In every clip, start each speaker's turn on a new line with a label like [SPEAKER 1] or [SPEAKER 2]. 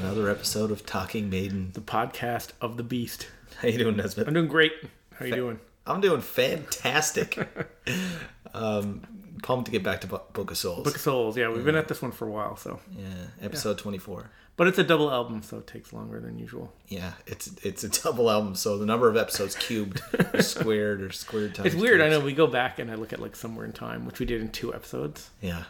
[SPEAKER 1] another episode of Talking Maiden.
[SPEAKER 2] The podcast of the beast.
[SPEAKER 1] How you doing,
[SPEAKER 2] I'm
[SPEAKER 1] Nesbitt?
[SPEAKER 2] doing great. How you doing?
[SPEAKER 1] I'm doing fantastic. um, pumped to get back to Bu- Book of Souls.
[SPEAKER 2] Book of Souls. Yeah, we've been at this one for a while, so.
[SPEAKER 1] yeah, episode 24.
[SPEAKER 2] But it's a double album, so it takes longer than usual.
[SPEAKER 1] Yeah, it's it's a double album, so the number of episodes cubed, or squared, or squared times.
[SPEAKER 2] It's weird. I
[SPEAKER 1] cubed.
[SPEAKER 2] know we go back and I look at like somewhere in time, which we did in two episodes,
[SPEAKER 1] Yeah,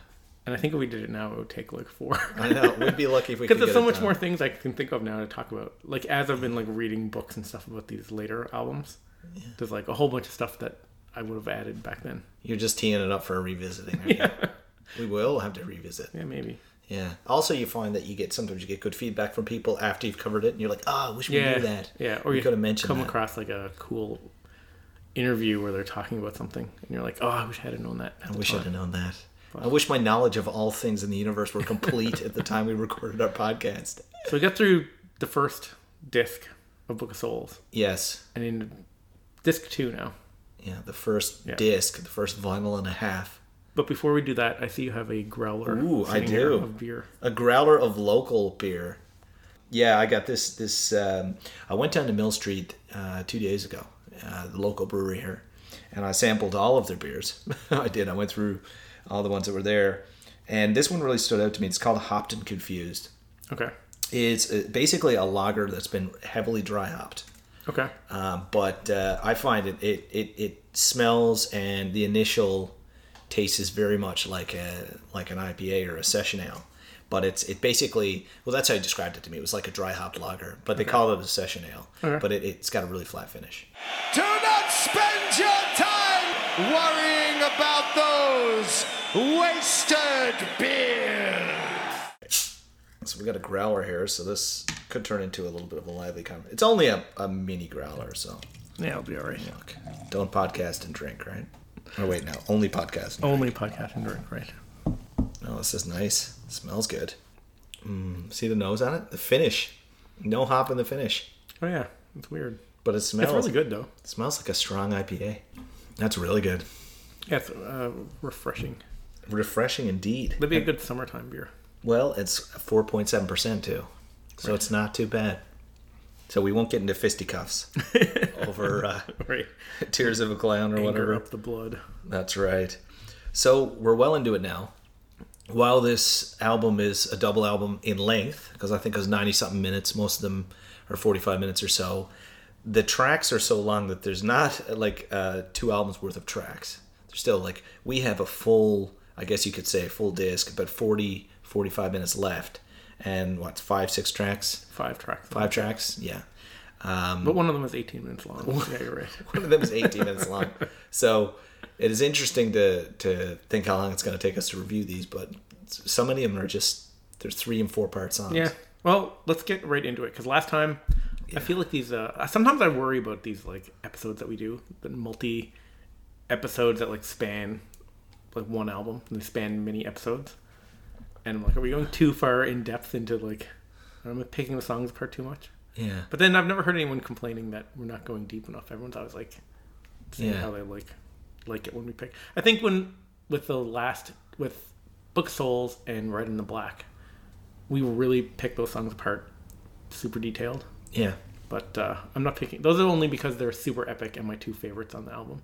[SPEAKER 2] and I think if we did it now, it would take like four.
[SPEAKER 1] I know. We'd be lucky if we could.
[SPEAKER 2] Because there's
[SPEAKER 1] get
[SPEAKER 2] so
[SPEAKER 1] it
[SPEAKER 2] much
[SPEAKER 1] done.
[SPEAKER 2] more things I can think of now to talk about. Like as I've been like reading books and stuff about these later albums, there's like a whole bunch of stuff that I would have added back then.
[SPEAKER 1] You're just teeing it up for a revisiting. aren't you? We will have to revisit.
[SPEAKER 2] Yeah, maybe.
[SPEAKER 1] Yeah. Also, you find that you get sometimes you get good feedback from people after you've covered it, and you're like, "Ah, I wish we
[SPEAKER 2] Yeah,
[SPEAKER 1] knew that."
[SPEAKER 2] yeah. Or
[SPEAKER 1] We
[SPEAKER 2] you
[SPEAKER 1] coulda mentioned
[SPEAKER 2] come
[SPEAKER 1] that.
[SPEAKER 2] across like a cool interview where they're talking about something, and you're like, "Oh, I wish I had known that." at
[SPEAKER 1] I
[SPEAKER 2] the
[SPEAKER 1] wish I'd
[SPEAKER 2] time."
[SPEAKER 1] have known that. I wish my knowledge of all things in the universe were complete at the time we recorded our podcast.
[SPEAKER 2] So we got through the first disc of Book of Souls,
[SPEAKER 1] Yes.
[SPEAKER 2] and in disc two now.
[SPEAKER 1] Yeah, the first
[SPEAKER 2] Yeah.
[SPEAKER 1] disc, the first vinyl and a half.
[SPEAKER 2] But before we do that, I see you have a growler.
[SPEAKER 1] Ooh, I
[SPEAKER 2] sitting here
[SPEAKER 1] do.
[SPEAKER 2] Of beer.
[SPEAKER 1] A growler of local beer. Yeah, I got this. This um, I went down to Mill Street uh, two days ago, uh, the local brewery here, and I sampled all of their beers. I did. I went through all the ones that were there, and this one really stood out to me. It's called Hopped and Confused.
[SPEAKER 2] Okay.
[SPEAKER 1] It's uh, basically a lager that's been heavily dry hopped.
[SPEAKER 2] Okay.
[SPEAKER 1] Um, but uh, I find it, it it it smells and the initial taste is very much like a like an IPA or a session ale. But it's it basically well that's how you described it to me. It was like a dry hopped lager, but they call it a session ale.
[SPEAKER 2] Okay.
[SPEAKER 1] But it, it's got a really flat finish.
[SPEAKER 3] Do not spend your time worrying about those wasted beers.
[SPEAKER 1] So we got a growler here, so this could turn into a little bit of a lively conversation. It's only a, a mini growler, so
[SPEAKER 2] Yeah, I'll be all right.
[SPEAKER 1] look, don't podcast and drink, right? Oh wait, no, only podcast. and
[SPEAKER 2] Only podcast and drink, right?
[SPEAKER 1] Oh, this is nice. smells good. Mm, see the nose on it? The finish. No hop in the finish.
[SPEAKER 2] Oh yeah, it's weird.
[SPEAKER 1] But it
[SPEAKER 2] It's
[SPEAKER 1] smells
[SPEAKER 2] really good though.
[SPEAKER 1] It smells like a strong IPA. That's really good.
[SPEAKER 2] Yeah, it's uh, refreshing.
[SPEAKER 1] Refreshing indeed.
[SPEAKER 2] That'd be a good summertime beer.
[SPEAKER 1] Well, it's 4.7% too. So it's not too bad. So we won't get into fisticuffs over uh,
[SPEAKER 2] Right.
[SPEAKER 1] Tears of a Clown or
[SPEAKER 2] Anger
[SPEAKER 1] whatever.
[SPEAKER 2] up the blood.
[SPEAKER 1] That's right. So we're well into it now. While this album is a double album in length, because I think it was 90 something minutes, most of them are 45 minutes or so, the tracks are so long that there's not like uh, two albums worth of tracks. They're still like, we have a full, I guess you could say, a full disc, but 40, 45 minutes left. And what's five, six tracks?
[SPEAKER 2] Five tracks.
[SPEAKER 1] Five tracks? Yeah. Um,
[SPEAKER 2] But one of them is 18 minutes long. yeah, you're right.
[SPEAKER 1] One of them is 18 minutes long. So it is interesting to to think how long it's going to take us to review these, but so many of them are just there's three and four part songs.
[SPEAKER 2] Yeah. Well, let's get right into it because last time, I feel like these. Uh, sometimes I worry about these like episodes that we do, the multi episodes that like span like one album. They span many episodes, and I'm like, are we going too far in depth into like? Am I picking the songs apart too much?
[SPEAKER 1] yeah,
[SPEAKER 2] But then I've never heard anyone complaining that we're not going deep enough. Everyone's always like saying
[SPEAKER 1] Yeah.
[SPEAKER 2] how they like like it when we pick. I think when with the last with Book of Souls and Red in the Black, we really picked those songs apart super detailed.
[SPEAKER 1] yeah.
[SPEAKER 2] But uh, I'm not picking those are only because they're super epic and my two favorites on the album.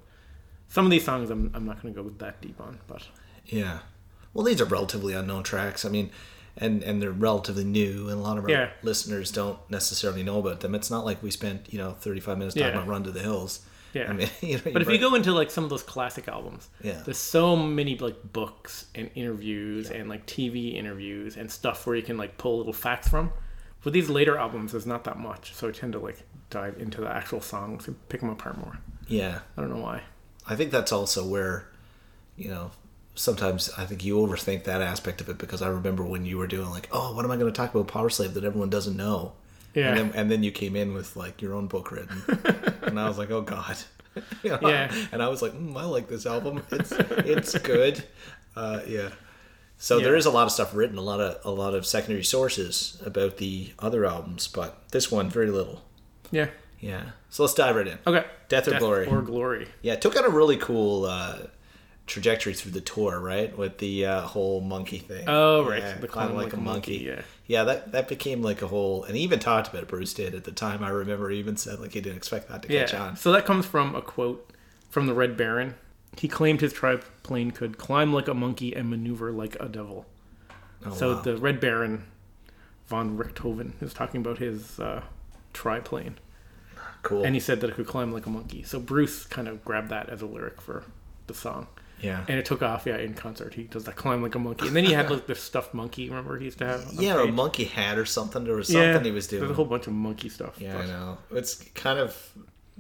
[SPEAKER 2] Some of these songs I'm I'm not gonna go that deep on, but
[SPEAKER 1] Yeah. Well, these are relatively unknown tracks. I mean, and and they're relatively new, and a lot of our
[SPEAKER 2] Yeah.
[SPEAKER 1] listeners don't necessarily know about them. It's not like we spent you know 35 minutes talking
[SPEAKER 2] Yeah.
[SPEAKER 1] about Run to the Hills.
[SPEAKER 2] Yeah.
[SPEAKER 1] I mean, you know,
[SPEAKER 2] But if you go into like some of those classic albums,
[SPEAKER 1] Yeah.
[SPEAKER 2] there's so many like books and interviews and like TV interviews and stuff where you can like pull little facts from. With these later albums, there's not that much, so I tend to like dive into the actual songs and pick them apart more.
[SPEAKER 1] yeah,
[SPEAKER 2] I don't know why.
[SPEAKER 1] I think that's also where, you know, sometimes I think you overthink that aspect of it because I remember when you were doing like, oh, what am I going to talk about Power Slave that everyone doesn't know?
[SPEAKER 2] Yeah.
[SPEAKER 1] And then, and then you came in with like your own book written, and I was like, oh god. You know?
[SPEAKER 2] Yeah.
[SPEAKER 1] And I was like, mm, I like this album. It's it's good. Uh, yeah. So there
[SPEAKER 2] Yeah.
[SPEAKER 1] is a lot of stuff written, a lot of a lot of secondary sources about the other albums, but this one very little.
[SPEAKER 2] Yeah.
[SPEAKER 1] Yeah. So let's dive right in.
[SPEAKER 2] Okay.
[SPEAKER 1] Death or Glory.
[SPEAKER 2] Or glory.
[SPEAKER 1] Yeah, it took on a really cool uh, trajectory through the tour, right? With the uh, whole monkey thing.
[SPEAKER 2] Oh, right.
[SPEAKER 1] Yeah,
[SPEAKER 2] The
[SPEAKER 1] climb, like, a monkey.
[SPEAKER 2] yeah.
[SPEAKER 1] Yeah, that that became like a whole, and he even talked about it. Bruce did at the time. I remember he even said like he didn't expect that to catch
[SPEAKER 2] Yeah.
[SPEAKER 1] on.
[SPEAKER 2] So that comes from a quote from the Red Baron. He claimed his triplane could climb like a monkey and maneuver like a devil.
[SPEAKER 1] Oh,
[SPEAKER 2] so
[SPEAKER 1] wow.
[SPEAKER 2] the Red Baron von Richthofen is talking about his uh, triplane,
[SPEAKER 1] cool.
[SPEAKER 2] and he said that it could climb like a monkey. So Bruce kind of grabbed that as a lyric for the song.
[SPEAKER 1] yeah.
[SPEAKER 2] And it took off, yeah, in concert. He does that climb like a monkey. And then he had like this stuffed monkey, remember he used to have? on
[SPEAKER 1] yeah, or a
[SPEAKER 2] stage?
[SPEAKER 1] monkey hat or something. There was something he was
[SPEAKER 2] There's
[SPEAKER 1] doing.
[SPEAKER 2] a whole bunch of monkey stuff.
[SPEAKER 1] yeah,
[SPEAKER 2] But-
[SPEAKER 1] I know. It's kind of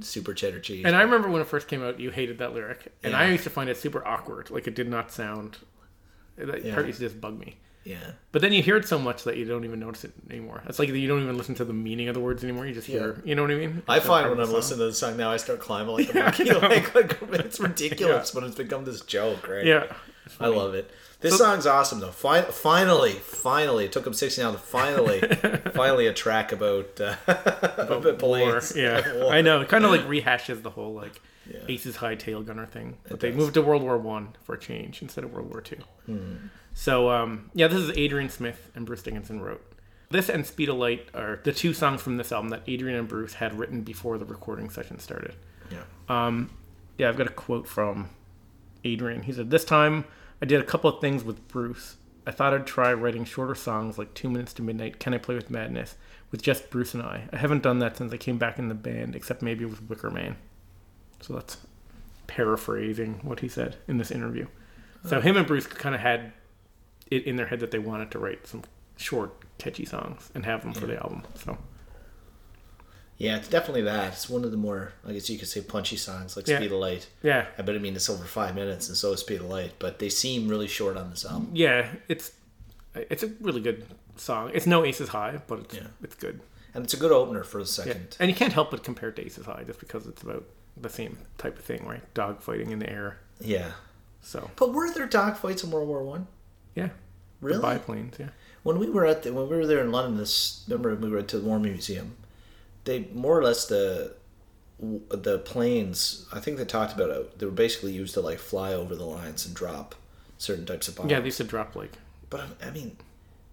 [SPEAKER 1] super cheddar cheese.
[SPEAKER 2] And I remember when it first came out, you hated that lyric, and I
[SPEAKER 1] Yeah.
[SPEAKER 2] used to find it super awkward. Like it did not sound. That
[SPEAKER 1] Yeah.
[SPEAKER 2] part used to just bug me.
[SPEAKER 1] yeah.
[SPEAKER 2] But then you hear it so much that you don't even notice it anymore. It's like you don't even listen to the meaning of the words anymore. You just hear, you know what I mean?
[SPEAKER 1] I
[SPEAKER 2] It's
[SPEAKER 1] find when
[SPEAKER 2] part
[SPEAKER 1] I'm
[SPEAKER 2] of the song.
[SPEAKER 1] listening to the song now, I start climbing like a monkey.
[SPEAKER 2] know.
[SPEAKER 1] Like, like, it's ridiculous, but it's become this joke, right?
[SPEAKER 2] Yeah.
[SPEAKER 1] I love it. This song's awesome, though. Fin- finally, finally, it took him 16 hours. to Finally, finally, a track about uh, about
[SPEAKER 2] Or,
[SPEAKER 1] planes.
[SPEAKER 2] yeah.
[SPEAKER 1] War.
[SPEAKER 2] I know. It kind of like rehashes the whole like
[SPEAKER 1] Yeah.
[SPEAKER 2] Ace's High Tail Gunner thing. But
[SPEAKER 1] It
[SPEAKER 2] they
[SPEAKER 1] does.
[SPEAKER 2] moved to World War One for a change instead of World War Two.
[SPEAKER 1] Hmm.
[SPEAKER 2] So um, yeah, this is Adrian Smith and Bruce Dickinson wrote. This and Speed of Light are the two songs from this album that Adrian and Bruce had written before the recording session started.
[SPEAKER 1] Yeah.
[SPEAKER 2] Yeah, I've got a quote from Adrian. He said, This time I did a couple of things with Bruce. I thought I'd try writing shorter songs like Two Minutes to Midnight, Can I Play with Madness, with just Bruce and I. I haven't done that since I came back in the band, except maybe with Wicker Man. So that's paraphrasing what he said in this interview. So him and Bruce kind of had it in their head that they wanted to write some short, catchy songs and have them for the album. So
[SPEAKER 1] Yeah, it's definitely that. It's one of the more, I guess you could say, punchy songs, like
[SPEAKER 2] Yeah.
[SPEAKER 1] Speed of Light.
[SPEAKER 2] yeah,
[SPEAKER 1] I bet I mean it's over five minutes, and so is Speed of Light, but they seem really short on this album.
[SPEAKER 2] Yeah, it's it's a really good song. It's no Aces High, but it's
[SPEAKER 1] Yeah.
[SPEAKER 2] it's good.
[SPEAKER 1] And it's a good opener for the
[SPEAKER 2] Yeah.
[SPEAKER 1] second.
[SPEAKER 2] And you can't help but compare it to Aces High just because it's about the same type of thing, right? Dog fighting in the air.
[SPEAKER 1] Yeah.
[SPEAKER 2] So
[SPEAKER 1] But were there dog fights in World War One?
[SPEAKER 2] yeah,
[SPEAKER 1] Really?
[SPEAKER 2] biplanes. Yeah,
[SPEAKER 1] when we were at the, when we were there in London, this remember we were to the War Museum. They more or less the the planes. I think they talked about it. They were basically used to like fly over the lines and drop certain types of bombs.
[SPEAKER 2] yeah. They used to drop like
[SPEAKER 1] but I mean,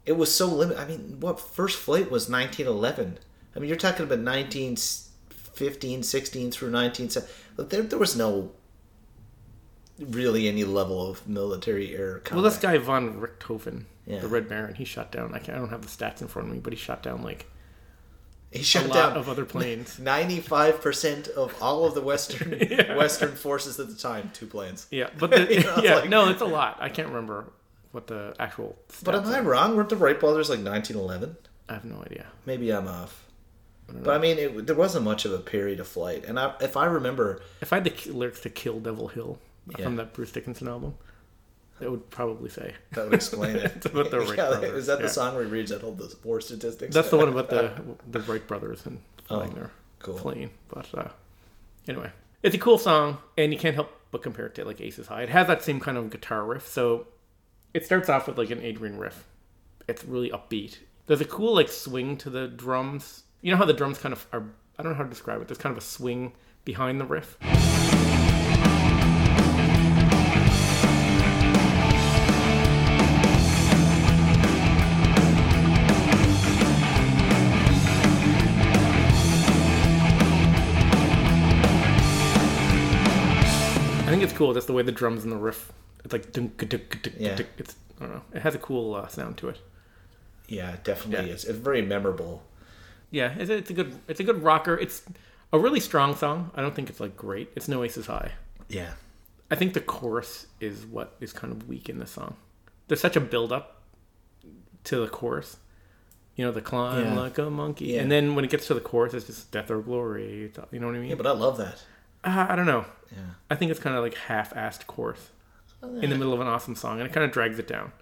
[SPEAKER 1] it was so limited. I mean, what first flight was 1911? I mean, you're talking about 1915, 16 through 19. se- But there, there was no really any level of military air. Combat.
[SPEAKER 2] well, this guy von Richthofen,
[SPEAKER 1] Yeah.
[SPEAKER 2] the Red Baron, he shot down. I, can't, I don't have the stats in front of me, but he shot down like
[SPEAKER 1] he
[SPEAKER 2] a
[SPEAKER 1] shut
[SPEAKER 2] lot
[SPEAKER 1] down
[SPEAKER 2] of other planes.
[SPEAKER 1] Ninety-five percent of all of the Western Western forces at the time, two planes.
[SPEAKER 2] yeah, but the,
[SPEAKER 1] You know, it's
[SPEAKER 2] yeah,
[SPEAKER 1] like-
[SPEAKER 2] no, it's a lot. I can't remember what the actual. Stats
[SPEAKER 1] But am I
[SPEAKER 2] are.
[SPEAKER 1] wrong? Weren't the Wright brothers like 1911?
[SPEAKER 2] I have no idea.
[SPEAKER 1] Maybe I'm off. But I mean, it, there wasn't much of a period of flight, and I, if I remember,
[SPEAKER 2] If I had the k- lyrics to Kill Devil Hill
[SPEAKER 1] Yeah.
[SPEAKER 2] from that Bruce Dickinson album, that would probably say.
[SPEAKER 1] that would explain it.
[SPEAKER 2] It's about the Wright
[SPEAKER 1] Yeah,
[SPEAKER 2] brothers,
[SPEAKER 1] Is that
[SPEAKER 2] yeah.
[SPEAKER 1] the song where he reads out all the war statistics?
[SPEAKER 2] That's the one about the the Wright brothers and flying their
[SPEAKER 1] Oh, cool.
[SPEAKER 2] plane. But uh, anyway, it's a cool song, and you can't help but compare it to like Aces High. It has that same kind of guitar riff, so it starts off with like an Adrian riff. It's really upbeat. There's a cool like swing to the drums. You know how the drums kind of are. I don't know how to describe it. There's kind of a swing behind the riff. I think it's cool just the way the drums and the riff. It's like dunk, dunk, dunk,
[SPEAKER 1] Yeah.
[SPEAKER 2] dunk. it's I don't know. It has a cool uh, sound to it.
[SPEAKER 1] Yeah, it definitely
[SPEAKER 2] Yeah.
[SPEAKER 1] is. It's very memorable.
[SPEAKER 2] Yeah, it's a, it's a good it's a good rocker. It's a really strong song. I don't think it's like great. It's no Aces High.
[SPEAKER 1] Yeah,
[SPEAKER 2] I think the chorus is what is kind of weak in the song. There's such a build up to the chorus. You know, the climb
[SPEAKER 1] Yeah.
[SPEAKER 2] like a monkey,
[SPEAKER 1] Yeah.
[SPEAKER 2] and then when it gets to the chorus, it's just death or glory. It's- You know what I mean?
[SPEAKER 1] yeah, but I love that.
[SPEAKER 2] uh, I don't know.
[SPEAKER 1] Yeah,
[SPEAKER 2] I think it's kind of like half-assed chorus in the middle of an awesome song, and it kind of drags it down.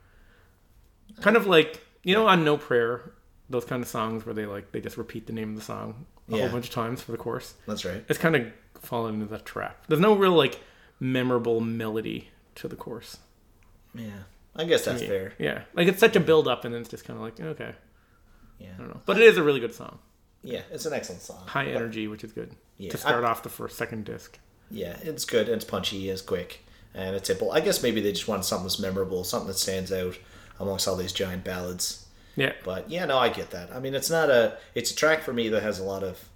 [SPEAKER 2] Kind of like you know on No Prayer, those kind of songs where they like they just repeat the name of the song a
[SPEAKER 1] Yeah.
[SPEAKER 2] whole bunch of times for the chorus.
[SPEAKER 1] that's right.
[SPEAKER 2] It's kind of fallen into that trap. There's no real like memorable melody to the chorus.
[SPEAKER 1] Yeah, I guess that's fair.
[SPEAKER 2] Yeah, like it's such a build up, and then it's just kind of like okay,
[SPEAKER 1] Yeah,
[SPEAKER 2] I don't know. But it is a really good song,
[SPEAKER 1] yeah, it's an excellent song.
[SPEAKER 2] high energy, which is good
[SPEAKER 1] Yeah,
[SPEAKER 2] to start off the first second disc.
[SPEAKER 1] Yeah, it's good. and It's punchy. It's quick. and a tipple. I guess maybe they just wanted something that's memorable, something that stands out amongst all these giant ballads.
[SPEAKER 2] Yeah.
[SPEAKER 1] But yeah, no, I get that. I mean, it's not a it's a track for me that has a lot of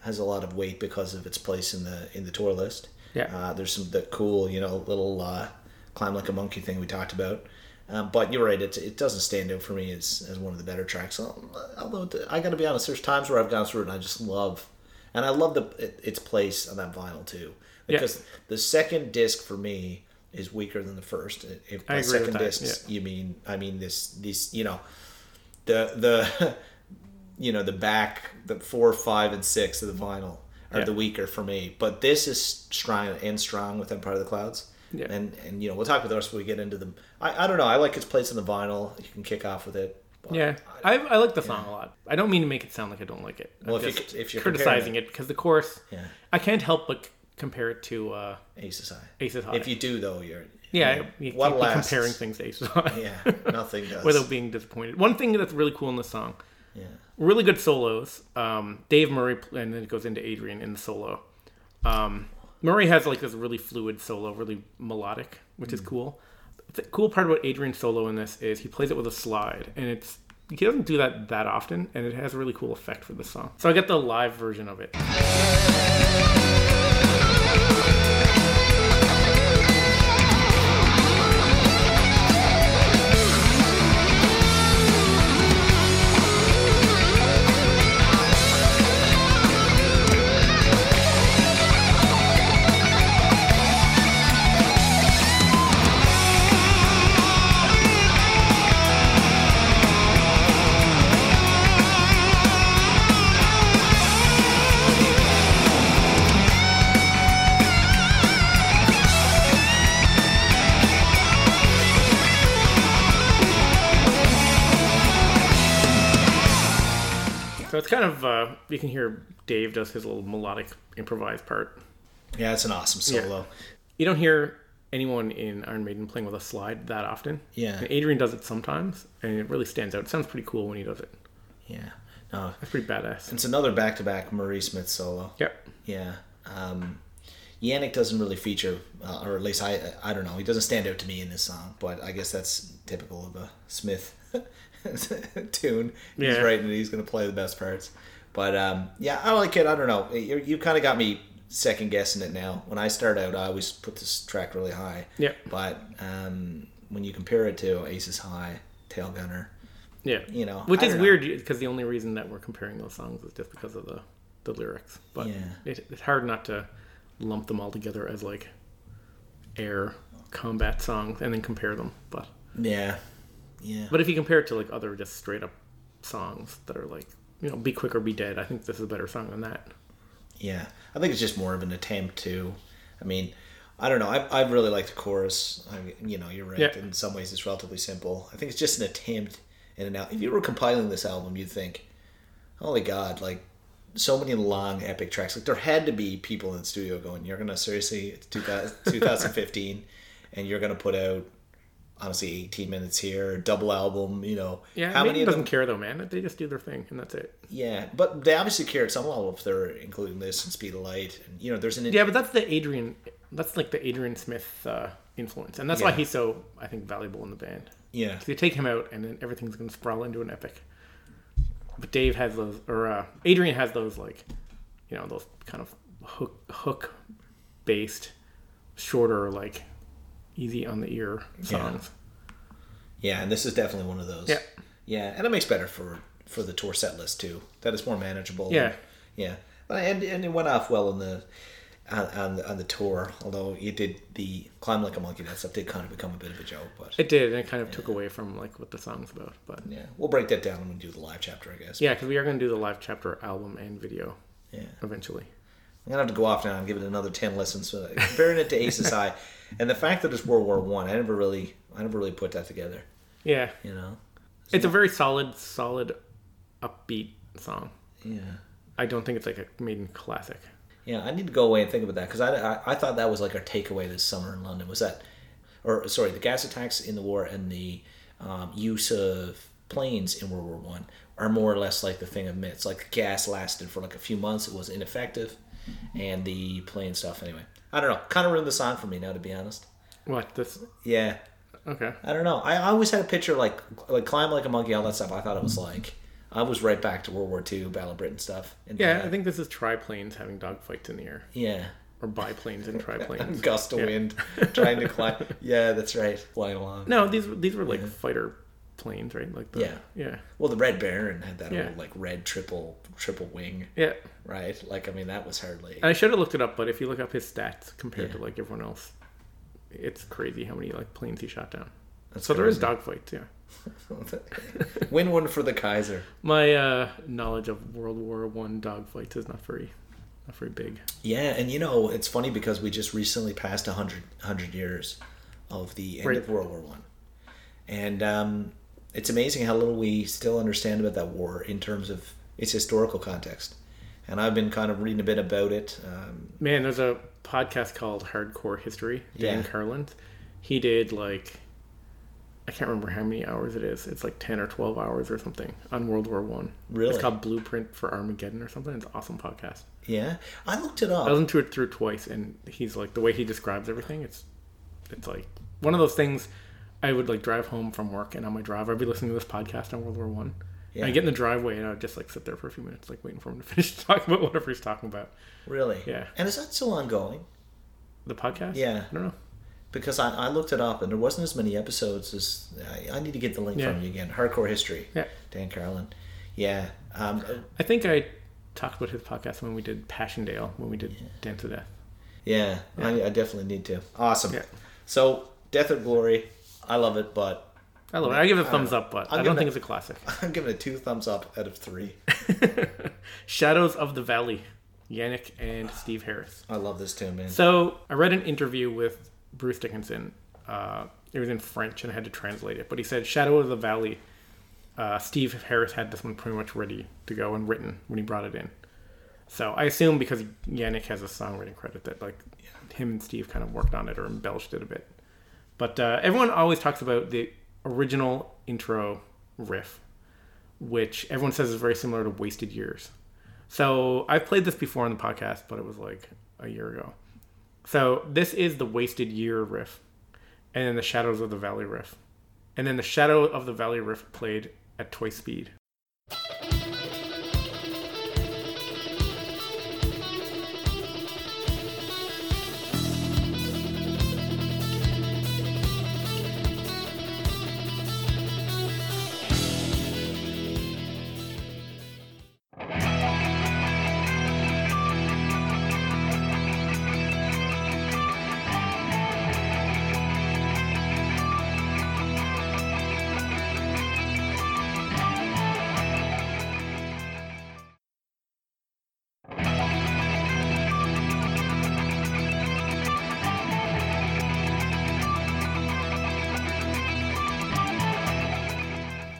[SPEAKER 1] has a lot of weight because of its place in the in the tour list.
[SPEAKER 2] Yeah.
[SPEAKER 1] Uh, there's some the cool, you know, little uh, climb like a monkey thing we talked about. Um, but you're right; it, it doesn't stand out for me as, as one of the better tracks. Um, Although th- I got to be honest, there's times where I've gone through it and I just love, and I love the it, its place on that vinyl too. Because the second disc for me is weaker than the first. If by
[SPEAKER 2] agree with
[SPEAKER 1] second
[SPEAKER 2] that,
[SPEAKER 1] disc, you mean I mean this these you know the the you know the back the four five and six of the vinyl are
[SPEAKER 2] Yeah.
[SPEAKER 1] the weaker for me but this is strong and strong with empire of the clouds
[SPEAKER 2] Yeah.
[SPEAKER 1] and and you know we'll talk about the rest when we get into them i, I don't know i like its place in the vinyl you can kick off with it but
[SPEAKER 2] Yeah, I, I like the song a lot. I don't mean to make it sound like I don't like it. I'm
[SPEAKER 1] Well, if you-
[SPEAKER 2] just
[SPEAKER 1] if you're
[SPEAKER 2] criticizing
[SPEAKER 1] comparing
[SPEAKER 2] it because the chorus,
[SPEAKER 1] Yeah.
[SPEAKER 2] I can't help but c- compare it to uh,
[SPEAKER 1] ace is high
[SPEAKER 2] Aces High.
[SPEAKER 1] if you do though you're
[SPEAKER 2] yeah, you
[SPEAKER 1] what
[SPEAKER 2] keep
[SPEAKER 1] lasts
[SPEAKER 2] comparing things to Aces High
[SPEAKER 1] yeah nothing does
[SPEAKER 2] without being disappointed. One thing that's really cool in the song,
[SPEAKER 1] yeah
[SPEAKER 2] really good solos. Um, Dave Murray, pl- and then it goes into Adrian in the solo. Um, Murray has like this really fluid solo, really melodic, which is cool. The cool part about Adrian's solo in this is he plays it with a slide, and it's he doesn't do that that often, and it has a really cool effect for the song. So I get the live version of it. So it's kind of uh, you can hear Dave does his little melodic improvised part.
[SPEAKER 1] yeah it's an awesome solo
[SPEAKER 2] You don't hear anyone in Iron Maiden playing with a slide that often.
[SPEAKER 1] Yeah.
[SPEAKER 2] and Adrian does it sometimes, and it really stands out. It sounds pretty cool when he does it.
[SPEAKER 1] yeah no
[SPEAKER 2] It's pretty badass.
[SPEAKER 1] it's another back-to-back marie smith solo
[SPEAKER 2] Yep.
[SPEAKER 1] Yeah. Um, Yannick doesn't really feature, uh, or at least I I don't know. He doesn't stand out to me in this song, but I guess that's typical of a Smith tune. He's
[SPEAKER 2] Yeah.
[SPEAKER 1] writing it. He's going to play the best parts. But um, yeah, I like it. I don't know. You, you kind of got me second guessing it now. When I start out, I always put this track really high.
[SPEAKER 2] Yeah.
[SPEAKER 1] But um, when you compare it to Aces High, Tail Gunner,
[SPEAKER 2] Yeah.
[SPEAKER 1] you know,
[SPEAKER 2] Which
[SPEAKER 1] I
[SPEAKER 2] is
[SPEAKER 1] don't know.
[SPEAKER 2] weird because the only reason that we're comparing those songs is just because of the, the lyrics. But
[SPEAKER 1] Yeah.
[SPEAKER 2] it, it's hard not to lump them all together as like air combat songs and then compare them. But
[SPEAKER 1] yeah, yeah,
[SPEAKER 2] but if you compare it to like other just straight up songs that are like, you know, Be Quick or Be Dead, I think this is a better song than that.
[SPEAKER 1] Yeah, I think it's just more of an attempt to. I mean, I don't know. I, I really like the chorus. I mean, you know, you're right.
[SPEAKER 2] Yeah.
[SPEAKER 1] In some ways, it's relatively simple. I think it's just an attempt in and out. If you were compiling this album, you'd think, "Holy God!" Like so many long epic tracks. Like there had to be people in the studio going, "You're gonna seriously, it's 2000, 2015, and you're gonna put out." Honestly, 18 minutes here, double album, you know.
[SPEAKER 2] Yeah,
[SPEAKER 1] how many of
[SPEAKER 2] doesn't
[SPEAKER 1] them
[SPEAKER 2] care though, man. They just do their thing and that's it.
[SPEAKER 1] yeah, but they obviously care at some level if they're including this and Speed of Light. And, you know, there's an
[SPEAKER 2] Yeah, but that's the Adrian that's like the Adrian Smith uh, influence. And that's why
[SPEAKER 1] Yeah.
[SPEAKER 2] he's so I think valuable in the band.
[SPEAKER 1] yeah,
[SPEAKER 2] So you take him out, and then everything's going to sprawl into an epic. But Dave has those, or uh, Adrian has those, like, you know, those kind of hook hook based, shorter, like, easy on the ear songs.
[SPEAKER 1] yeah, and this is definitely one of those.
[SPEAKER 2] Yeah.
[SPEAKER 1] yeah, and it makes better for for the tour set list too. That is more manageable.
[SPEAKER 2] Yeah.
[SPEAKER 1] yeah, and and it went off well in the on on the, on the tour. Although it did the climb like a monkey, that stuff did kind of become a bit of a joke. But
[SPEAKER 2] It did, and it kind of took away from like what the song's about. But
[SPEAKER 1] yeah, we'll break that down when we do the live chapter, I guess.
[SPEAKER 2] yeah, because we are going to do the live chapter album and video
[SPEAKER 1] yeah.
[SPEAKER 2] eventually.
[SPEAKER 1] I'm gonna have to go off now and give it another ten listens. But comparing it to Aces High, and the fact that it's World War One, I, never really, I never really put that together.
[SPEAKER 2] Yeah,
[SPEAKER 1] You know.
[SPEAKER 2] it's a very solid, solid, upbeat song.
[SPEAKER 1] Yeah.
[SPEAKER 2] I don't think it's like a maiden classic.
[SPEAKER 1] Yeah, I need to go away and think about that because I, I, I thought that was like our takeaway this summer in London was that, or sorry, the gas attacks in the war and the um, use of planes in World War One are more or less like the thing of myths. Like gas lasted for like a few months; it was ineffective, and the plane stuff anyway. I don't know. Kind of ruined the song for me now, to be honest.
[SPEAKER 2] What this?
[SPEAKER 1] Yeah,
[SPEAKER 2] Okay.
[SPEAKER 1] I don't know. I I always had a picture like like climb like a monkey, all that stuff. I thought it was like I was right back to World War II, Battle of Britain stuff. And
[SPEAKER 2] Yeah,
[SPEAKER 1] uh,
[SPEAKER 2] I think this is triplanes having dogfights in the air,
[SPEAKER 1] yeah.
[SPEAKER 2] or biplanes and triplanes.
[SPEAKER 1] Gust of
[SPEAKER 2] Yeah.
[SPEAKER 1] wind, trying to climb. Yeah, that's right. Flying along.
[SPEAKER 2] No, these these were like fighter planes, right? Like the,
[SPEAKER 1] Yeah.
[SPEAKER 2] yeah,
[SPEAKER 1] Well, the Red Baron had that
[SPEAKER 2] Yeah.
[SPEAKER 1] old like red triple triple wing,
[SPEAKER 2] yeah.
[SPEAKER 1] right? Like I mean, that was hardly.
[SPEAKER 2] And I should have looked it up, but if you look up his stats compared to
[SPEAKER 1] Yeah.
[SPEAKER 2] like everyone else, it's crazy how many like planes he shot down.
[SPEAKER 1] That's
[SPEAKER 2] so there is dogfights, yeah.
[SPEAKER 1] Win one for the Kaiser.
[SPEAKER 2] My uh, knowledge of World War One dogfights is not very, not very big.
[SPEAKER 1] Yeah, and you know it's funny because we just recently passed 100, 100 years of the end
[SPEAKER 2] Right.
[SPEAKER 1] of World War One, and um, it's amazing how little we still understand about that war in terms of its historical context. And I've been kind of reading a bit about it. Um,
[SPEAKER 2] Man, there's a podcast called Hardcore History.
[SPEAKER 1] Yeah.
[SPEAKER 2] Dan Carlin, he did like, I can't remember how many hours it is. It's like ten or twelve hours or something on World War One.
[SPEAKER 1] Really?
[SPEAKER 2] It's called Blueprint for Armageddon or something. It's an awesome podcast.
[SPEAKER 1] yeah, I looked it
[SPEAKER 2] I
[SPEAKER 1] up.
[SPEAKER 2] listened to it through twice, and he's like the way he describes everything. It's, it's like one of those things. I would like drive home from work, and on my drive, I'd be listening to this podcast on World War One.
[SPEAKER 1] Yeah.
[SPEAKER 2] I get in the driveway, and I'd just like sit there for a few minutes, like waiting for him to finish talking about whatever he's talking about.
[SPEAKER 1] Really?
[SPEAKER 2] Yeah.
[SPEAKER 1] And is that still ongoing?
[SPEAKER 2] The podcast.
[SPEAKER 1] Yeah.
[SPEAKER 2] I don't know.
[SPEAKER 1] Because I, I looked it up and there wasn't as many episodes as I, I need to get the link
[SPEAKER 2] Yeah.
[SPEAKER 1] from you again. Hardcore History.
[SPEAKER 2] Yeah.
[SPEAKER 1] Dan Carlin. Yeah. Um,
[SPEAKER 2] I think I talked about his podcast when we did Passchendaele, when we did Dance of Death.
[SPEAKER 1] yeah. I, I definitely need to. Awesome.
[SPEAKER 2] Yeah.
[SPEAKER 1] So Death of Glory, I love it, but
[SPEAKER 2] I love it. I give it a thumbs
[SPEAKER 1] know.
[SPEAKER 2] up, but
[SPEAKER 1] I'll
[SPEAKER 2] I
[SPEAKER 1] give
[SPEAKER 2] don't
[SPEAKER 1] it-
[SPEAKER 2] think it's a classic.
[SPEAKER 1] I'm giving it two thumbs up out of three.
[SPEAKER 2] Shadows of the Valley, Yannick and Steve Harris.
[SPEAKER 1] I love this tune, man.
[SPEAKER 2] So I read an interview with Bruce Dickinson. Uh, it was in French, and I had to translate it. But he said, "Shadow of the Valley." Uh, Steve Harris had this one pretty much ready to go and written when he brought it in. So I assume because Yannick has a songwriting credit that like him and Steve kind of worked on it or embellished it a bit. But uh, everyone always talks about the original intro riff, which everyone says is very similar to Wasted Years. So I've played this before on the podcast, but it was like a year ago. So this is the Wasted Year riff, and then the Shadows of the Valley riff, and then the Shadow of the Valley riff played at twice speed.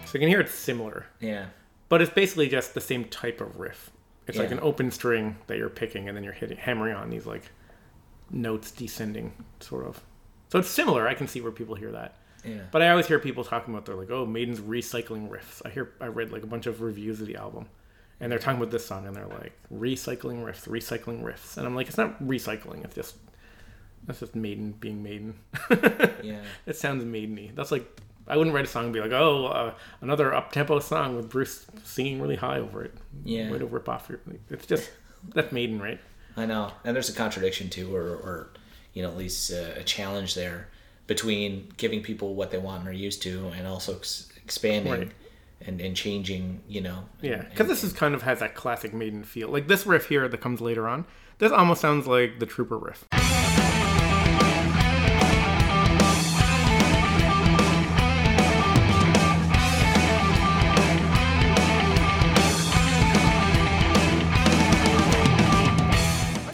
[SPEAKER 2] So you can hear it's similar,
[SPEAKER 1] yeah.
[SPEAKER 2] but it's basically just the same type of riff. It's like
[SPEAKER 1] Yeah.
[SPEAKER 2] an open string that you're picking, and then you're hitting hammering on these like notes descending, sort of. So it's similar. I can see where people hear that.
[SPEAKER 1] Yeah.
[SPEAKER 2] But I always hear people talking about they're like, oh, Maiden's recycling riffs. I hear I read like a bunch of reviews of the album, and they're talking about this song and they're like recycling riffs, recycling riffs, and I'm like, it's not recycling. It's just that's just Maiden being Maiden.
[SPEAKER 1] Yeah.
[SPEAKER 2] It sounds maideny. That's like I wouldn't write a song and be like, oh, uh, another up tempo song with Bruce singing really high over it.
[SPEAKER 1] Yeah.
[SPEAKER 2] way to rip off your. It's just that's Maiden, right?
[SPEAKER 1] I know, and there's a contradiction too, or, or you know, at least uh, a challenge there between giving people what they want and are used to, and also ex- expanding
[SPEAKER 2] Right.
[SPEAKER 1] and, and changing. You know,
[SPEAKER 2] Yeah,
[SPEAKER 1] and-
[SPEAKER 2] because this is kind of has that classic Maiden feel. Like this riff here that comes later on, this almost sounds like the Trooper riff.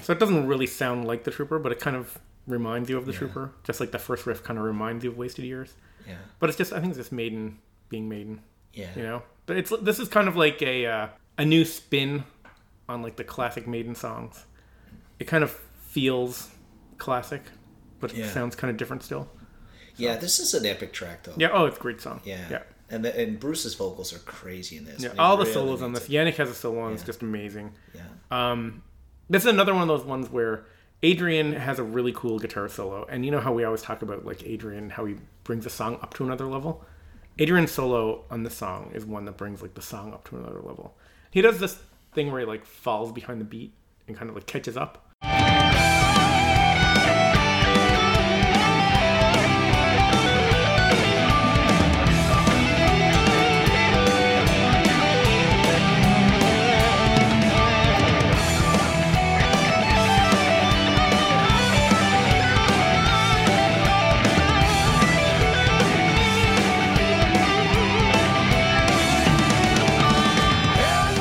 [SPEAKER 2] So it doesn't really sound like the Trooper, but it kind of reminds you of the Trooper, just like the first riff kind of reminds you of Wasted Years.
[SPEAKER 1] yeah,
[SPEAKER 2] But it's just I think it's just Maiden being Maiden
[SPEAKER 1] yeah,
[SPEAKER 2] you know but it's this is kind of like a uh, a new spin on like the classic maiden songs it kind of feels classic but
[SPEAKER 1] Yeah.
[SPEAKER 2] it sounds kind of different still
[SPEAKER 1] yeah. This is an epic track, though.
[SPEAKER 2] yeah oh it's a great song
[SPEAKER 1] yeah,
[SPEAKER 2] yeah
[SPEAKER 1] And the, and Bruce's vocals are crazy in this.
[SPEAKER 2] yeah,
[SPEAKER 1] and he
[SPEAKER 2] all the
[SPEAKER 1] really
[SPEAKER 2] solos on
[SPEAKER 1] needs
[SPEAKER 2] this.
[SPEAKER 1] it.
[SPEAKER 2] Yannick has a solo on it's just amazing.
[SPEAKER 1] Yeah,
[SPEAKER 2] Um, this is another one of those ones where Adrian has a really cool guitar solo, and you know how we always talk about like Adrian, how he brings a song up to another level. Adrian's solo on this song is one that brings like the song up to another level. He does this thing where he like falls behind the beat and kind of like catches up.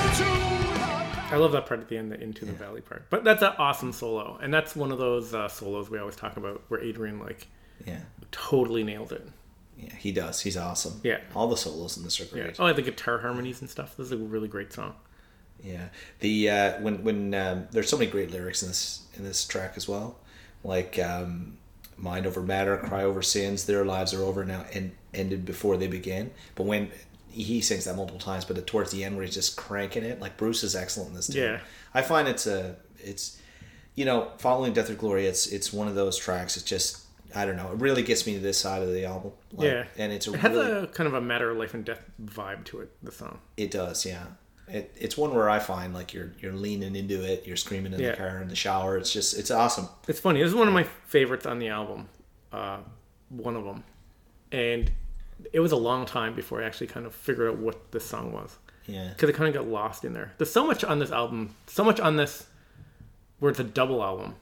[SPEAKER 2] I love that part at the end, the Into the Valley part. But that's an awesome solo, and that's one of those uh, solos we always talk about where Adrian like
[SPEAKER 1] Yeah.
[SPEAKER 2] totally nailed it.
[SPEAKER 1] Yeah, he does. He's awesome.
[SPEAKER 2] Yeah.
[SPEAKER 1] All the solos in this are great.
[SPEAKER 2] Oh, and the guitar harmonies and stuff. This is a really great song.
[SPEAKER 1] Yeah, the uh, when when um, there's so many great lyrics in this in this track as well, like um, "Mind over matter, cry over sins, their lives are over now and ended before they began." But when he sings that multiple times, but towards the end where he's just cranking it, like Bruce is excellent in this. Too.
[SPEAKER 2] Yeah.
[SPEAKER 1] I find it's a it's you know following Death or Glory, it's it's one of those tracks. It's just I don't know. It really gets me to this side of the album. Like,
[SPEAKER 2] yeah,
[SPEAKER 1] and it's a
[SPEAKER 2] it has
[SPEAKER 1] really
[SPEAKER 2] a kind of a matter of life and death vibe to it. The song.
[SPEAKER 1] it does, yeah. It, it's one where I find like you're you're leaning into it, you're screaming in
[SPEAKER 2] Yeah.
[SPEAKER 1] the car in the shower. It's just it's awesome.
[SPEAKER 2] It's funny. This is one of my favorites on the album. Uh, one of them, and it was a long time before I actually kind of figured out what this song was
[SPEAKER 1] Yeah,
[SPEAKER 2] because it kind of got lost in there. There's so much on this album, so much on this where it's a double album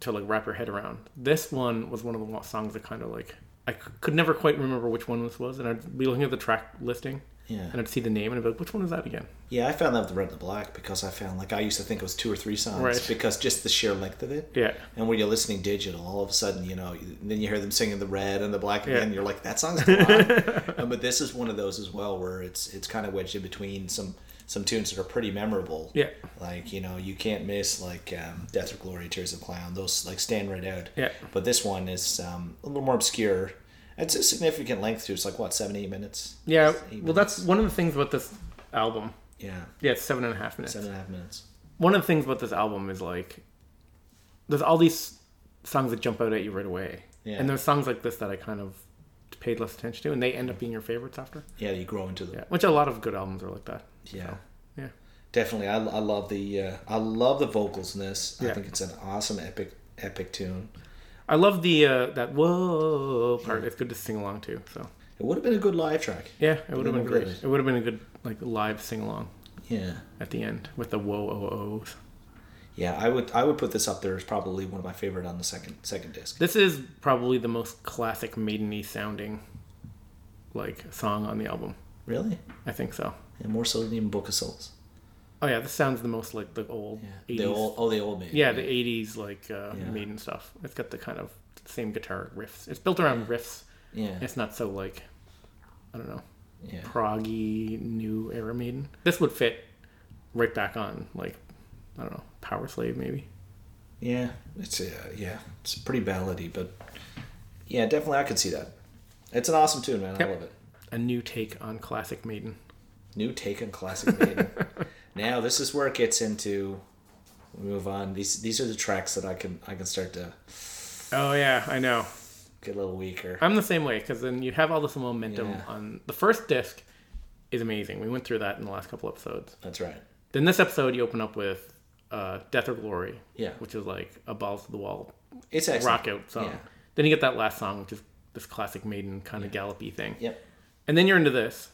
[SPEAKER 2] to like wrap your head around. This one was one of the wa- songs that kind of like I c- could never quite remember which one this was, and I'd be looking at the track listing.
[SPEAKER 1] Yeah.
[SPEAKER 2] And I'd see the name and I'd be like, which one is that again?
[SPEAKER 1] yeah. I found that with the Red and the Black because I found like I used to think it was two or three songs
[SPEAKER 2] Right.
[SPEAKER 1] because just the sheer length of it.
[SPEAKER 2] Yeah.
[SPEAKER 1] And when you're listening digital, all of a sudden you know you- then you hear them singing the red and the black again.
[SPEAKER 2] Yeah.
[SPEAKER 1] You're like that song's a lot. Um, but this is one of those as well where it's it's kind of wedged in between some some tunes that are pretty memorable.
[SPEAKER 2] Yeah.
[SPEAKER 1] Like you know you can't miss like um, Death or Glory, Tears of Clown. Those like stand right out.
[SPEAKER 2] Yeah.
[SPEAKER 1] But this one is um, a little more obscure. It's a significant length too. It's like what seven eight minutes.
[SPEAKER 2] Yeah.
[SPEAKER 1] Eight
[SPEAKER 2] Well, that's one of the things about this album.
[SPEAKER 1] Yeah.
[SPEAKER 2] Yeah, it's seven and a half minutes.
[SPEAKER 1] Seven and a half minutes.
[SPEAKER 2] one of the things about this album is like there's all these songs that jump out at you right away
[SPEAKER 1] Yeah.
[SPEAKER 2] and there's songs like this that i kind of paid less attention to and they end up being your favorites after
[SPEAKER 1] Yeah, you grow into them.
[SPEAKER 2] yeah which a lot of good albums are like that
[SPEAKER 1] yeah.
[SPEAKER 2] yeah
[SPEAKER 1] definitely I, I love the uh, i love the vocals in this i
[SPEAKER 2] Yeah.
[SPEAKER 1] think it's an awesome epic epic tune
[SPEAKER 2] i love the uh that whoa part it's good to sing along to so
[SPEAKER 1] it would have been a good live track
[SPEAKER 2] yeah it would have been great
[SPEAKER 1] great.
[SPEAKER 2] it would have been a good like live sing along
[SPEAKER 1] yeah
[SPEAKER 2] at the end with the whoa oh ohs
[SPEAKER 1] yeah i would i would put this up there as probably one of my favorite on the second second disc
[SPEAKER 2] this is probably the most classic maiden-y sounding like song on the album
[SPEAKER 1] really
[SPEAKER 2] i think so
[SPEAKER 1] and more so than even book of souls
[SPEAKER 2] Oh yeah, this sounds the most like the old
[SPEAKER 1] yeah.
[SPEAKER 2] 80s.
[SPEAKER 1] the old oh the old man
[SPEAKER 2] yeah, the 80s like uh,
[SPEAKER 1] Yeah.
[SPEAKER 2] Maiden stuff. It's got the kind of same guitar riffs. It's built around riffs.
[SPEAKER 1] yeah
[SPEAKER 2] It's not so like I don't know,
[SPEAKER 1] yeah
[SPEAKER 2] proggy new era Maiden. This would fit right back on like I don't know, Power Slave maybe.
[SPEAKER 1] yeah it's uh, yeah it's pretty ballady but yeah definitely i could see that it's an awesome tune man
[SPEAKER 2] Yep.
[SPEAKER 1] i love it
[SPEAKER 2] A new take on classic Maiden.
[SPEAKER 1] New take on classic Maiden. now this is where it gets into. We move on. These these are the tracks that I can I can start to
[SPEAKER 2] Oh yeah, I know.
[SPEAKER 1] get a little weaker.
[SPEAKER 2] I'm the same way because then you have all this momentum
[SPEAKER 1] Yeah.
[SPEAKER 2] on the first disc is amazing. We went through that in the last couple episodes.
[SPEAKER 1] That's right.
[SPEAKER 2] Then this episode you open up with uh, Death or Glory.
[SPEAKER 1] Yeah.
[SPEAKER 2] Which is like a balls to the wall
[SPEAKER 1] It's excellent.
[SPEAKER 2] rock out song.
[SPEAKER 1] Yeah.
[SPEAKER 2] Then you get that last song, which is this classic maiden kind of gallopy thing.
[SPEAKER 1] Yep.
[SPEAKER 2] And then you're into this,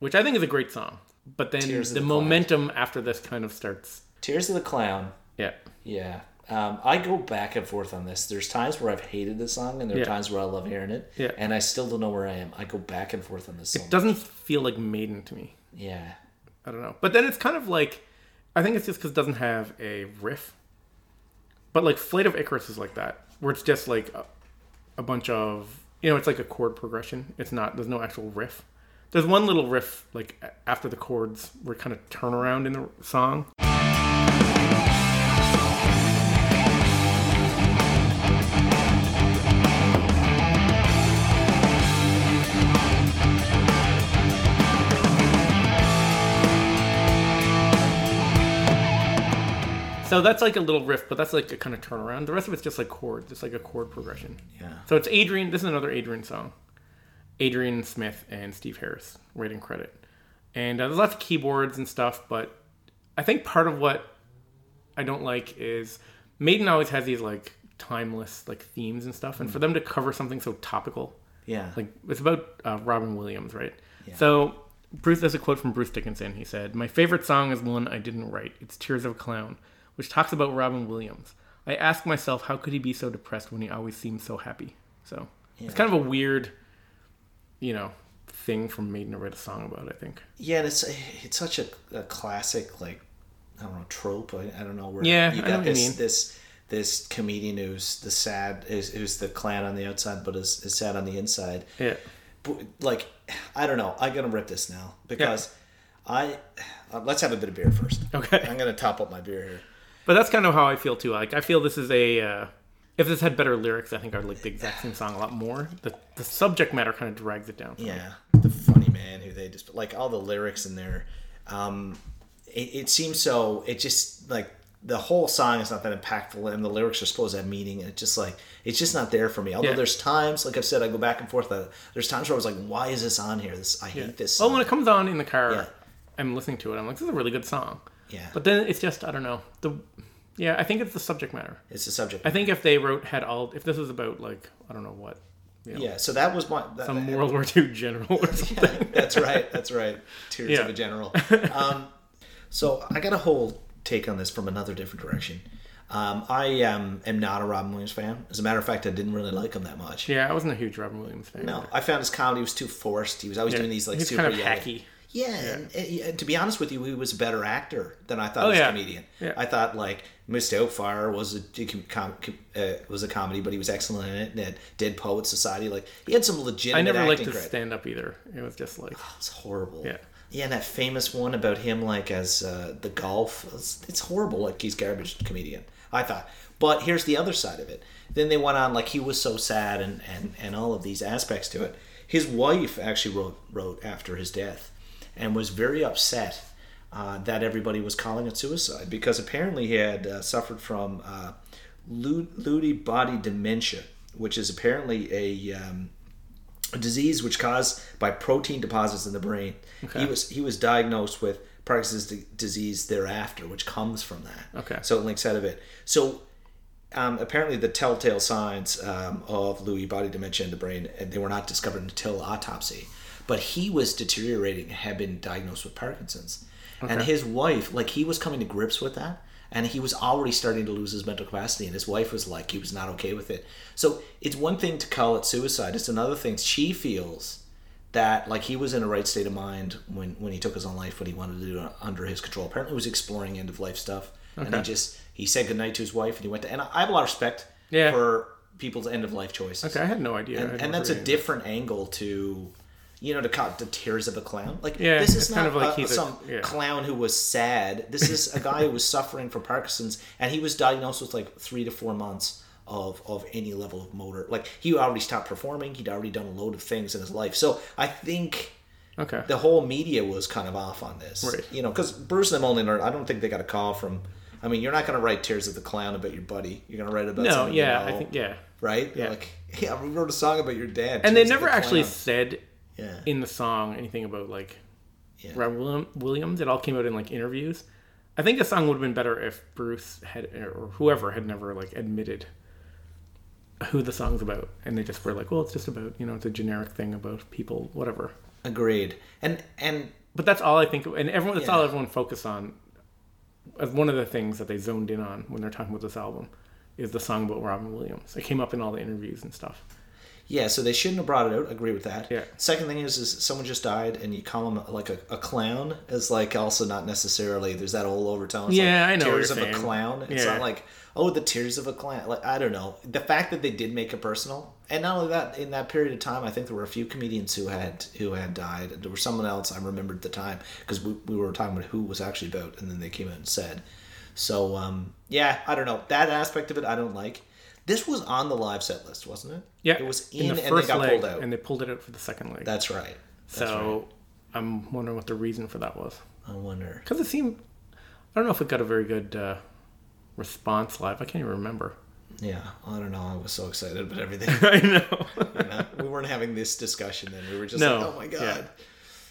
[SPEAKER 2] which I think is a great song. But then
[SPEAKER 1] Tears of
[SPEAKER 2] the,
[SPEAKER 1] the Clown.
[SPEAKER 2] momentum after this kind of starts.
[SPEAKER 1] Tears of the Clown.
[SPEAKER 2] Yeah.
[SPEAKER 1] Yeah. Um, I go back and forth on this. There's times where I've hated this song, and there are
[SPEAKER 2] Yeah.
[SPEAKER 1] times where I love hearing it.
[SPEAKER 2] Yeah.
[SPEAKER 1] And I still don't know where I am. I go back and forth on this song.
[SPEAKER 2] Doesn't feel like maiden to me.
[SPEAKER 1] yeah.
[SPEAKER 2] I don't know. But then it's kind of like, I think it's just because it doesn't have a riff. But like Flight of Icarus is like that, where it's just like a, a bunch of, you know, it's like a chord progression. It's not, there's no actual riff. There's one little riff, like a- after the chords, where it kind of turn around in the song. So that's like a little riff, but that's like a kind of turnaround. The rest of it's just like chords. It's like a chord progression.
[SPEAKER 1] Yeah.
[SPEAKER 2] So it's Adrian. This is another Adrian song. Adrian Smith and Steve Harris writing credit, and uh, there's lots of keyboards and stuff. But I think part of what I don't like is Maiden always has these like timeless like themes and stuff, and for them to cover something so topical
[SPEAKER 1] Yeah.
[SPEAKER 2] like it's about uh, Robin Williams, right? So Bruce, there's a quote from Bruce Dickinson. He said, "My favorite song is one I didn't write. It's Tears of a Clown, which talks about Robin Williams. I ask myself, how could he be so depressed when he always seems so happy? So it's kind of a weird, you know, thing from Maiden to write a song about. I think.
[SPEAKER 1] yeah, and it's it's such a, a classic like I don't know trope. I, I don't know where.
[SPEAKER 2] Yeah,
[SPEAKER 1] you
[SPEAKER 2] I
[SPEAKER 1] got
[SPEAKER 2] know what you
[SPEAKER 1] this
[SPEAKER 2] mean.
[SPEAKER 1] this this comedian who's the sad who's, who's the clown on the outside, but is, is sad on the inside.
[SPEAKER 2] Yeah.
[SPEAKER 1] But, like I don't know. I'm gonna rip this now because I uh, let's have a bit of beer first.
[SPEAKER 2] Okay.
[SPEAKER 1] I'm gonna top up my beer here.
[SPEAKER 2] But that's kind of how I feel too. Like I feel this is a uh, if this had better lyrics, I think I'd like the exact same song a lot more. The the subject matter kind of drags it down.
[SPEAKER 1] Yeah, the funny man who they just like all the lyrics in there. Um, it, it seems so. It just like the whole song is not that impactful, and the lyrics are supposed to have meaning, and it's just like it's just not there for me. Although
[SPEAKER 2] Yeah.
[SPEAKER 1] there's times, like I've said, I go back and forth. uh, There's times where I was like, "Why is this on here? This I hate this."
[SPEAKER 2] Oh,
[SPEAKER 1] Song.
[SPEAKER 2] when it comes on in the car,
[SPEAKER 1] Yeah.
[SPEAKER 2] I'm listening to it. I'm like, this is a really good song.
[SPEAKER 1] yeah,
[SPEAKER 2] But then it's just, I don't know. The yeah, I think it's the subject matter.
[SPEAKER 1] it's the subject.
[SPEAKER 2] I think if they wrote had all, if this was about like, I don't know what, you know,
[SPEAKER 1] yeah, so that was my that,
[SPEAKER 2] some World War II general or something.
[SPEAKER 1] that's right. That's right. Tears
[SPEAKER 2] Yeah.
[SPEAKER 1] of a general. Um, so I got a whole take on this from another different direction. Um, I um, am not a Robin Williams fan. As a matter of fact, I didn't really like him that much.
[SPEAKER 2] Yeah, I wasn't a huge Robin Williams fan.
[SPEAKER 1] No, I found his comedy was too forced. He was always doing these like
[SPEAKER 2] he's
[SPEAKER 1] super
[SPEAKER 2] kind of
[SPEAKER 1] yelly-
[SPEAKER 2] hacky.
[SPEAKER 1] Yeah, And, and to be honest with you, he was a better actor than I thought he was
[SPEAKER 2] Oh, yeah.
[SPEAKER 1] a comedian.
[SPEAKER 2] Yeah.
[SPEAKER 1] I thought like Missed Outfire was a com- com- uh, was a comedy, but he was excellent in it. And had Dead Poet Society, like he had some legitimate.
[SPEAKER 2] I never liked
[SPEAKER 1] acting
[SPEAKER 2] his
[SPEAKER 1] credit.
[SPEAKER 2] stand up either. It was just like,
[SPEAKER 1] It's horrible.
[SPEAKER 2] Yeah.
[SPEAKER 1] Yeah, and that famous one about him, like as uh, the golf, it's, it's horrible. Like he's garbage comedian. I thought, but here's the other side of it. Then they went on like he was so sad and and and all of these aspects to it. His wife actually wrote wrote after his death, and was very upset uh, that everybody was calling it suicide because apparently he had uh, suffered from uh, Lew- Lewy body dementia, which is apparently a um, a disease which caused by protein deposits in the brain. He was he was diagnosed with Parkinson's d- disease thereafter, which comes from that.
[SPEAKER 2] Okay.
[SPEAKER 1] So it links out of it. So um, apparently, the telltale signs um, of Lewy body dementia in the brain and they were not discovered until autopsy. But he was deteriorating, had been diagnosed with Parkinson's, and his wife, like he was coming to grips with that, and he was already starting to lose his mental capacity. And his wife was like, he was not okay with it. So it's one thing to call it suicide; it's another thing she feels that like he was in a right state of mind when when he took his own life what he wanted to do under his control apparently he was exploring end of life stuff and he just he said goodnight to his wife and he went to and i have a lot of respect
[SPEAKER 2] Yeah.
[SPEAKER 1] for people's end of life choices
[SPEAKER 2] okay, I had no idea. I
[SPEAKER 1] and,
[SPEAKER 2] had
[SPEAKER 1] and
[SPEAKER 2] no
[SPEAKER 1] that's a
[SPEAKER 2] idea.
[SPEAKER 1] different angle to you know to cut the tears of a clown like
[SPEAKER 2] Yeah,
[SPEAKER 1] this
[SPEAKER 2] it's
[SPEAKER 1] is not
[SPEAKER 2] kind of
[SPEAKER 1] a-
[SPEAKER 2] like he's a-
[SPEAKER 1] some
[SPEAKER 2] yeah.
[SPEAKER 1] clown who was sad this is a guy who was suffering from parkinson's and he was diagnosed with like three to four months of of any level of motor like he already stopped performing he'd already done a load of things in his life so i think
[SPEAKER 2] Okay.
[SPEAKER 1] the whole media was kind of off on this.
[SPEAKER 2] Right.
[SPEAKER 1] You know, because Bruce and them only learned. I don't think they got a call from. I mean, you're not going to write Tears of the Clown about your buddy. You're going to write about
[SPEAKER 2] no,
[SPEAKER 1] somebody you
[SPEAKER 2] yeah,
[SPEAKER 1] know,
[SPEAKER 2] I think, yeah.
[SPEAKER 1] right.
[SPEAKER 2] yeah.
[SPEAKER 1] Like, yeah, we wrote a song about your dad.
[SPEAKER 2] And they
[SPEAKER 1] Tears of
[SPEAKER 2] never
[SPEAKER 1] the
[SPEAKER 2] actually
[SPEAKER 1] Clown.
[SPEAKER 2] said
[SPEAKER 1] Yeah.
[SPEAKER 2] in the song anything about like
[SPEAKER 1] Yeah.
[SPEAKER 2] Robin William, Williams. It all came out in like interviews. I think the song would have been better if Bruce had or whoever had never like admitted who the song's about, and they just were like, "Well, it's just about you know, it's a generic thing about people, whatever."
[SPEAKER 1] Agreed. And and
[SPEAKER 2] But that's all I think, and everyone that's
[SPEAKER 1] Yeah.
[SPEAKER 2] all everyone focused on. As one of the things that they zoned in on when they're talking about this album is the song about Robin Williams. It came up in all the interviews and stuff.
[SPEAKER 1] yeah, so they shouldn't have brought it out. Agree with that.
[SPEAKER 2] Yeah.
[SPEAKER 1] Second thing is, is someone just died, and you call him like a, a clown is like also not necessarily. There's that whole overtone. It's
[SPEAKER 2] Yeah,
[SPEAKER 1] like,
[SPEAKER 2] I know what
[SPEAKER 1] Tears
[SPEAKER 2] you're
[SPEAKER 1] of a
[SPEAKER 2] saying.
[SPEAKER 1] clown. It's
[SPEAKER 2] Yeah.
[SPEAKER 1] not like oh, the tears of a clown. Like I don't know. The fact that they did make it personal, and not only that, in that period of time, I think there were a few comedians who had who had died. There was someone else I remembered at the time because we, we were talking about who it was actually about, and then they came out and said. So um, yeah, I don't know that aspect of it. I don't like. This was on the live set list, wasn't it?
[SPEAKER 2] Yeah,
[SPEAKER 1] it was in, and they
[SPEAKER 2] first
[SPEAKER 1] got
[SPEAKER 2] leg,
[SPEAKER 1] pulled out.
[SPEAKER 2] and they pulled it out for the second leg.
[SPEAKER 1] That's right. That's
[SPEAKER 2] so I'm wondering what the reason for that was.
[SPEAKER 1] right. I wonder.
[SPEAKER 2] Because it seemed, I don't know if it got a very good uh, Response Live. I can't even remember.
[SPEAKER 1] Yeah, I don't know. I was so excited about everything.
[SPEAKER 2] I know.
[SPEAKER 1] you know? We weren't having this discussion then. We were just
[SPEAKER 2] No,
[SPEAKER 1] like, oh my
[SPEAKER 2] yeah.
[SPEAKER 1] god.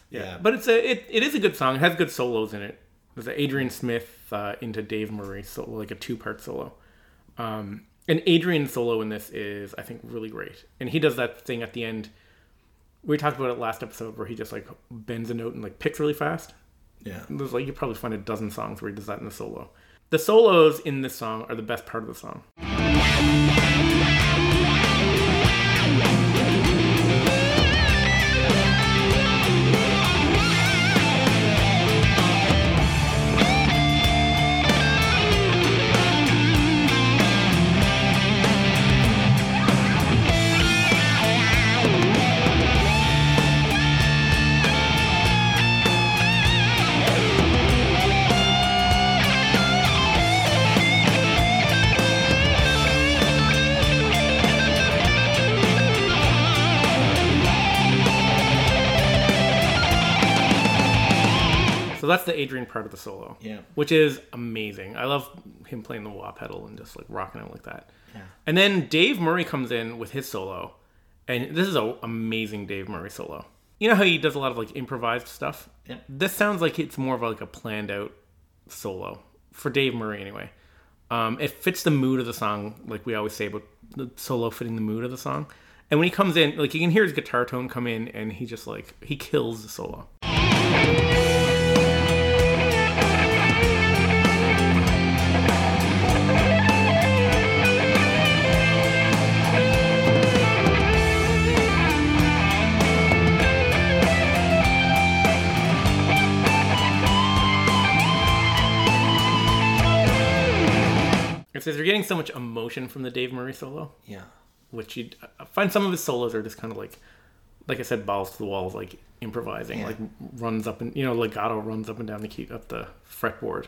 [SPEAKER 1] Yeah.
[SPEAKER 2] But it's a it, it is a good song. It has good solos in it. There's an Adrian Smith uh, into Dave Murray solo, like a two part solo. Um, and Adrian's solo in this is I think really great. And he does that thing at the end. We talked about it last episode where he just like bends a note and like picks really fast.
[SPEAKER 1] yeah.
[SPEAKER 2] There's like you probably find a dozen songs where he does that in the solo. The solos in this song are the best part of the song. So that's the Adrian part of the solo.
[SPEAKER 1] Yeah.
[SPEAKER 2] Which is amazing. I love him playing the wah pedal and just like rocking it like that.
[SPEAKER 1] Yeah.
[SPEAKER 2] And then Dave Murray comes in with his solo. And this is an amazing Dave Murray solo. You know how he does a lot of like improvised stuff?
[SPEAKER 1] Yeah.
[SPEAKER 2] This sounds like it's more of like a planned out solo for Dave Murray anyway. Um, it fits the mood of the song, like we always say about the solo fitting the mood of the song. And when he comes in, like you can hear his guitar tone come in and he just like he kills the solo. It says you're getting so much emotion from the Dave Murray solo,
[SPEAKER 1] Yeah.
[SPEAKER 2] which you I find some of his solos are just kind of like, like I said, balls to the walls, like improvising, like runs up and you know legato runs up and down the key up the fretboard.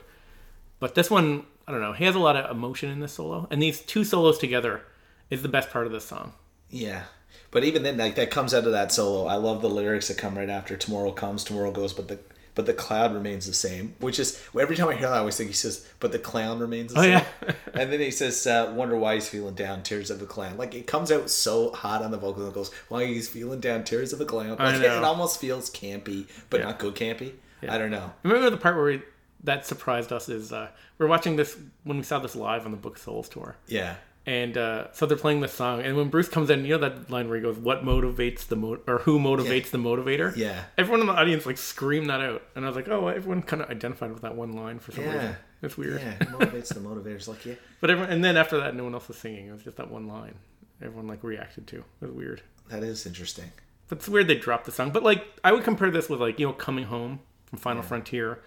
[SPEAKER 2] But this one, I don't know, he has a lot of emotion in this solo, and these two solos together is the best part of this song.
[SPEAKER 1] Yeah. But even then, like that comes out of that solo. I love the lyrics that come right after "Tomorrow comes, tomorrow goes," but the but the cloud remains the same. Which is every time I hear that, I always think he says, "But the clown remains the
[SPEAKER 2] Oh,
[SPEAKER 1] same."
[SPEAKER 2] yeah.
[SPEAKER 1] and then he says, uh, "Wonder why he's feeling down, tears of the clown." Like it comes out so hot on the vocal and goes, "Why he's feeling down, tears of the clown." Like,
[SPEAKER 2] I
[SPEAKER 1] It,
[SPEAKER 2] know.
[SPEAKER 1] it almost feels campy, but not good campy. I don't know.
[SPEAKER 2] Remember the part where we, that surprised us is uh, we're watching this when we saw this live on the Book of Souls tour.
[SPEAKER 1] Yeah.
[SPEAKER 2] and uh, so they're playing this song. And when Bruce comes in, you know that line where he goes, "What motivates the mo- or who motivates the motivator?"
[SPEAKER 1] Yeah.
[SPEAKER 2] Everyone in the audience like screamed that out, and I was like, "Oh, everyone kind of identified with that one line for some
[SPEAKER 1] Yeah.
[SPEAKER 2] reason." It's weird.
[SPEAKER 1] Yeah. it Motivates the motivators. Like yeah,
[SPEAKER 2] But everyone, and then after that, no one else was singing. It was just that one line. Everyone like reacted to. It was weird.
[SPEAKER 1] that is interesting.
[SPEAKER 2] But it's weird they dropped the song. But like, I would compare this with like you know, "Coming Home" from Final Frontier.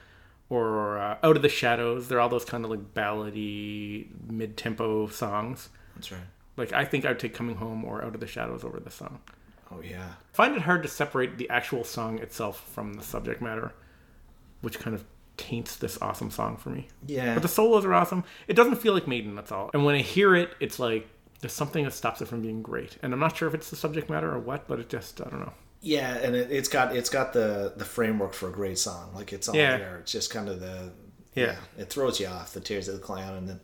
[SPEAKER 2] Or uh, out of the shadows, they're all those kind of like ballady, mid-tempo songs.
[SPEAKER 1] That's right.
[SPEAKER 2] Like I think I would take "Coming Home" or "Out of the Shadows" over this song.
[SPEAKER 1] Oh yeah.
[SPEAKER 2] Find it hard to separate the actual song itself from the subject matter, which kind of taints this awesome song for me.
[SPEAKER 1] Yeah.
[SPEAKER 2] But the solos are awesome. It doesn't feel like Maiden, that's all. And when I hear it, it's like there's something that stops it from being great. And I'm not sure if it's the subject matter or what, but it just I don't know.
[SPEAKER 1] Yeah, and it, it's got it's got the the framework for a great song. Like it's all
[SPEAKER 2] Yeah.
[SPEAKER 1] there. It's just kind of the
[SPEAKER 2] Yeah.
[SPEAKER 1] It throws you off the tears of the clown, and then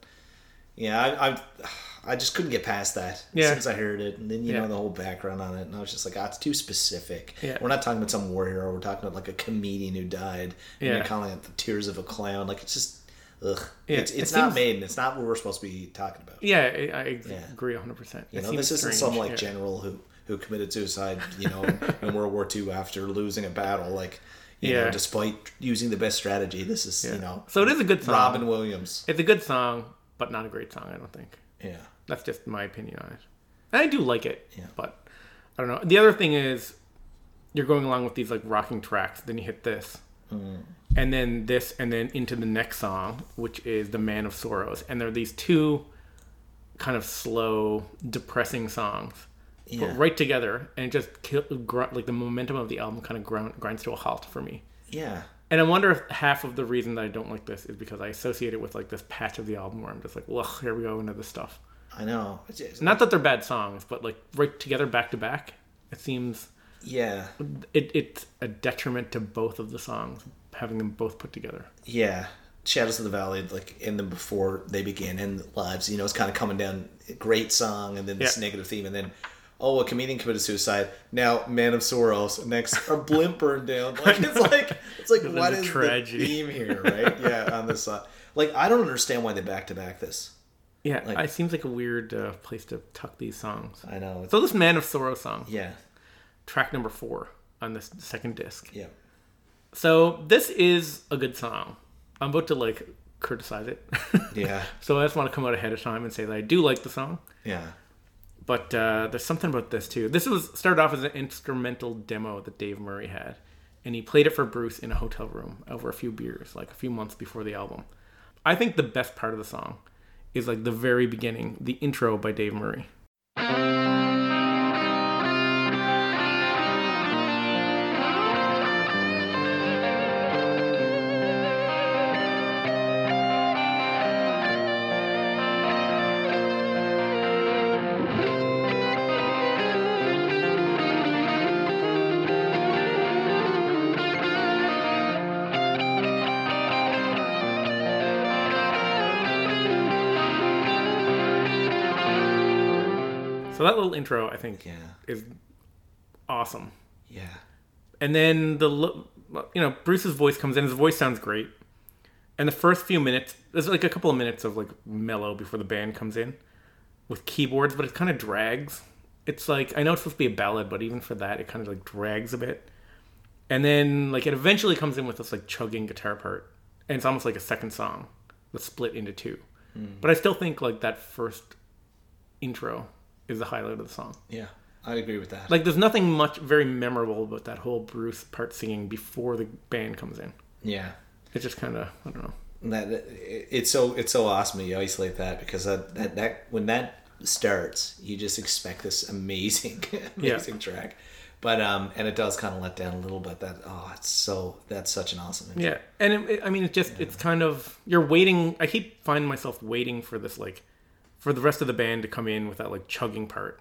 [SPEAKER 1] yeah, I I, I just couldn't get past that
[SPEAKER 2] Yeah.
[SPEAKER 1] as soon as I heard it, and then you
[SPEAKER 2] Yeah.
[SPEAKER 1] know the whole background on it, and I was just like, ah, it's too specific.
[SPEAKER 2] Yeah.
[SPEAKER 1] We're not talking about some war hero. We're talking about like a comedian who died, and
[SPEAKER 2] Yeah.
[SPEAKER 1] you're calling it the tears of a clown. Like it's just ugh.
[SPEAKER 2] Yeah,
[SPEAKER 1] It's
[SPEAKER 2] it
[SPEAKER 1] it's not
[SPEAKER 2] seems-
[SPEAKER 1] Maiden. It's not what we're supposed to be talking about.
[SPEAKER 2] Yeah, I, I ex-
[SPEAKER 1] Yeah.
[SPEAKER 2] agree 100. percent
[SPEAKER 1] You know, this isn't some like general who who committed suicide, you know, in World War II after losing a battle. Like, you
[SPEAKER 2] Yeah.
[SPEAKER 1] know, despite using the best strategy, this is you know.
[SPEAKER 2] So it is a good song.
[SPEAKER 1] Robin Williams.
[SPEAKER 2] It's a good song, but not a great song. I don't think.
[SPEAKER 1] Yeah,
[SPEAKER 2] That's just my opinion on it. And I do like it,
[SPEAKER 1] Yeah.
[SPEAKER 2] but I don't know. The other thing is, you're going along with these like rocking tracks, then you hit this,
[SPEAKER 1] Mm.
[SPEAKER 2] and then this, and then into the next song, which is "The Man of Sorrows," and there are these two kind of slow, depressing songs,
[SPEAKER 1] Yeah.
[SPEAKER 2] but right together, and it just kill, gr- like the momentum of the album kind of ground, grinds to a halt for me.
[SPEAKER 1] yeah,
[SPEAKER 2] And I wonder if half of the reason that I don't like this is because I associate it with like this patch of the album where I'm just like, well, here we go into this stuff
[SPEAKER 1] I know. It's just-
[SPEAKER 2] not that they're bad songs, but like right together back to back, it seems
[SPEAKER 1] yeah,
[SPEAKER 2] it it's a detriment to both of the songs having them both put together.
[SPEAKER 1] yeah. Shadows of the Valley, like in them before they began in lives, you know, it's kind of coming down. Great song, and then this
[SPEAKER 2] Yeah.
[SPEAKER 1] negative theme, and then oh, a comedian committed suicide. Now, Man of Sorrows. Next, a blimp burned down. Like it's like it's like
[SPEAKER 2] It's
[SPEAKER 1] what
[SPEAKER 2] a
[SPEAKER 1] is
[SPEAKER 2] tragedy.
[SPEAKER 1] the theme here, right? Yeah, on this side. Like I don't understand why they back to back this.
[SPEAKER 2] Yeah,
[SPEAKER 1] Like-
[SPEAKER 2] it seems like a weird uh, place to tuck these songs.
[SPEAKER 1] I know. It's,
[SPEAKER 2] So this Man of Sorrow song,
[SPEAKER 1] yeah,
[SPEAKER 2] track number four on this second disc.
[SPEAKER 1] yeah.
[SPEAKER 2] So this is a good song. I'm about to like criticize it.
[SPEAKER 1] Yeah,
[SPEAKER 2] so I just want to come out ahead of time and say that I do like the song,
[SPEAKER 1] yeah,
[SPEAKER 2] but uh, there's something about this too. This was started off as an instrumental demo that Dave Murray had, and he played it for Bruce in a hotel room over a few beers, like a few months before the album. I think the best part of the song is like the very beginning, the intro by Dave Murray. So that little intro, I think,
[SPEAKER 1] yeah,
[SPEAKER 2] is awesome.
[SPEAKER 1] yeah,
[SPEAKER 2] And then the lo- you know Bruce's voice comes in. His voice sounds great. And the first few minutes, there's like a couple of minutes of like mellow before the band comes in with keyboards, but it kind of drags. It's like I know it's supposed to be a ballad, but even for that, it kind of like drags a bit. And then like it eventually comes in with this like chugging guitar part, and it's almost like a second song that's split into two. But I still think like that first intro is the highlight of the song
[SPEAKER 1] yeah. I agree with that.
[SPEAKER 2] like there's nothing much very memorable about that whole Bruce part singing before the band comes in.
[SPEAKER 1] yeah,
[SPEAKER 2] It's just kind of I don't know.
[SPEAKER 1] that it- it's so it's so awesome that you isolate that because that that, that when that starts you just expect this amazing amazing track but um and it does kind of let down a little bit that oh it's so that's such an awesome intro.
[SPEAKER 2] Yeah, and it, it- I mean it's just it's kind of you're waiting. I keep finding myself waiting for this like for the rest of the band to come in with that like chugging part.